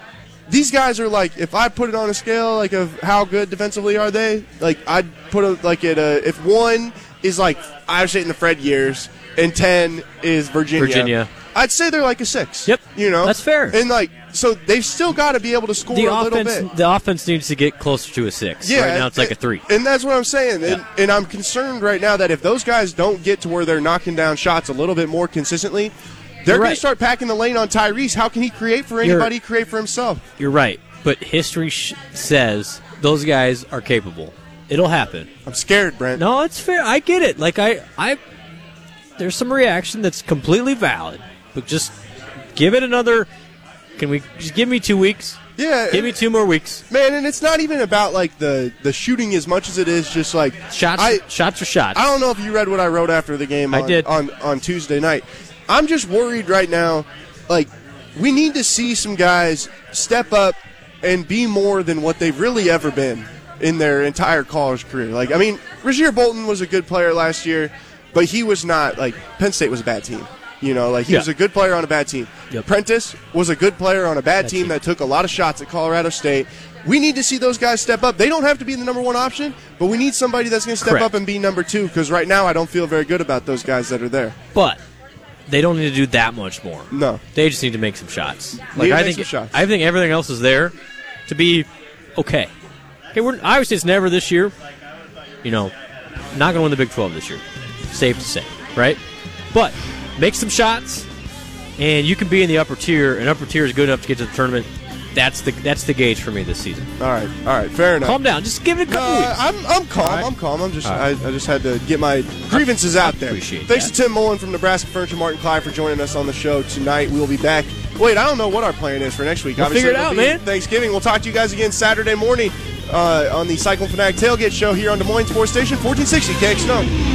These guys are like, if I put it on a scale like of how good defensively are they, like I'd put it like at a if one is like Iowa State in the Fred years and ten is Virginia.
Virginia.
I'd say they're like a six. Yep. You know that's fair. And like so they've still got to be able to score
The
a little bit.
offense, the offense needs to get closer to a six.
Yeah,
right now it's like a three.
And that's what I'm saying. And, and I'm concerned right now that if those guys don't get to where they're knocking down shots a little bit more consistently, they're
You're
going
right.
to start packing the lane on Tyrese. How can he create for
You're-
anybody? create for himself.
You're right, but history sh- says those guys are capable. It'll happen.
I'm scared, Brent.
No, it's fair. I get it. Like I, I, there's some reaction that's completely valid, but just give it another. Can we just give me two weeks?
Yeah,
give me two more weeks.
Man, and it's not even about like the the shooting as much as it is just like
shots.
I,
shots are shots.
I don't know if you read what I wrote after the game.
I
On,
did.
on on Tuesday night. I'm just worried right now. Like we need to see some guys step up and be more than what they've really ever been in their entire college career. Like I mean, Rozier Bolton was a good player last year, but he was not like Penn State was a bad team. You know, like he
Yeah.
was a good player on a bad team. Prentice was a good player on a bad team that took a lot of shots at Colorado State. We need to see those guys step up. They don't have to be the number one option, but we need somebody that's going to step
Correct.
up and be number two because right now I don't feel very good about those guys that are there.
But they don't need to do that much more.
No,
they just need to make some shots.
Need
Like
to
I
make
think,
some shots.
I think everything else is there to be okay. Okay, we're obviously it's never this year. You know, not going to win the Big Twelve this year. Safe to say, right? But make some shots, and you can be in the upper tier. And upper tier is good enough to get to the tournament. That's the that's the gauge for me this season.
All right, all right, fair enough.
Calm down. Just give it a couple
Uh, I'm,
weeks.
I'm calm. I'm calm. I'm just I, I just had to get my grievances out there. Thanks to Tim Mullen from Nebraska Furniture Martin Clyde for joining us on the show tonight. We'll be back. Wait, I don't know what our plan is for next week.
We'll
Obviously,
figure it
it'll
out,
be
man.
Thanksgiving. We'll talk to you guys again Saturday morning uh, on the Cyclone Fanatic Tailgate Show here on Des Moines Sports Station 1460 KXNO.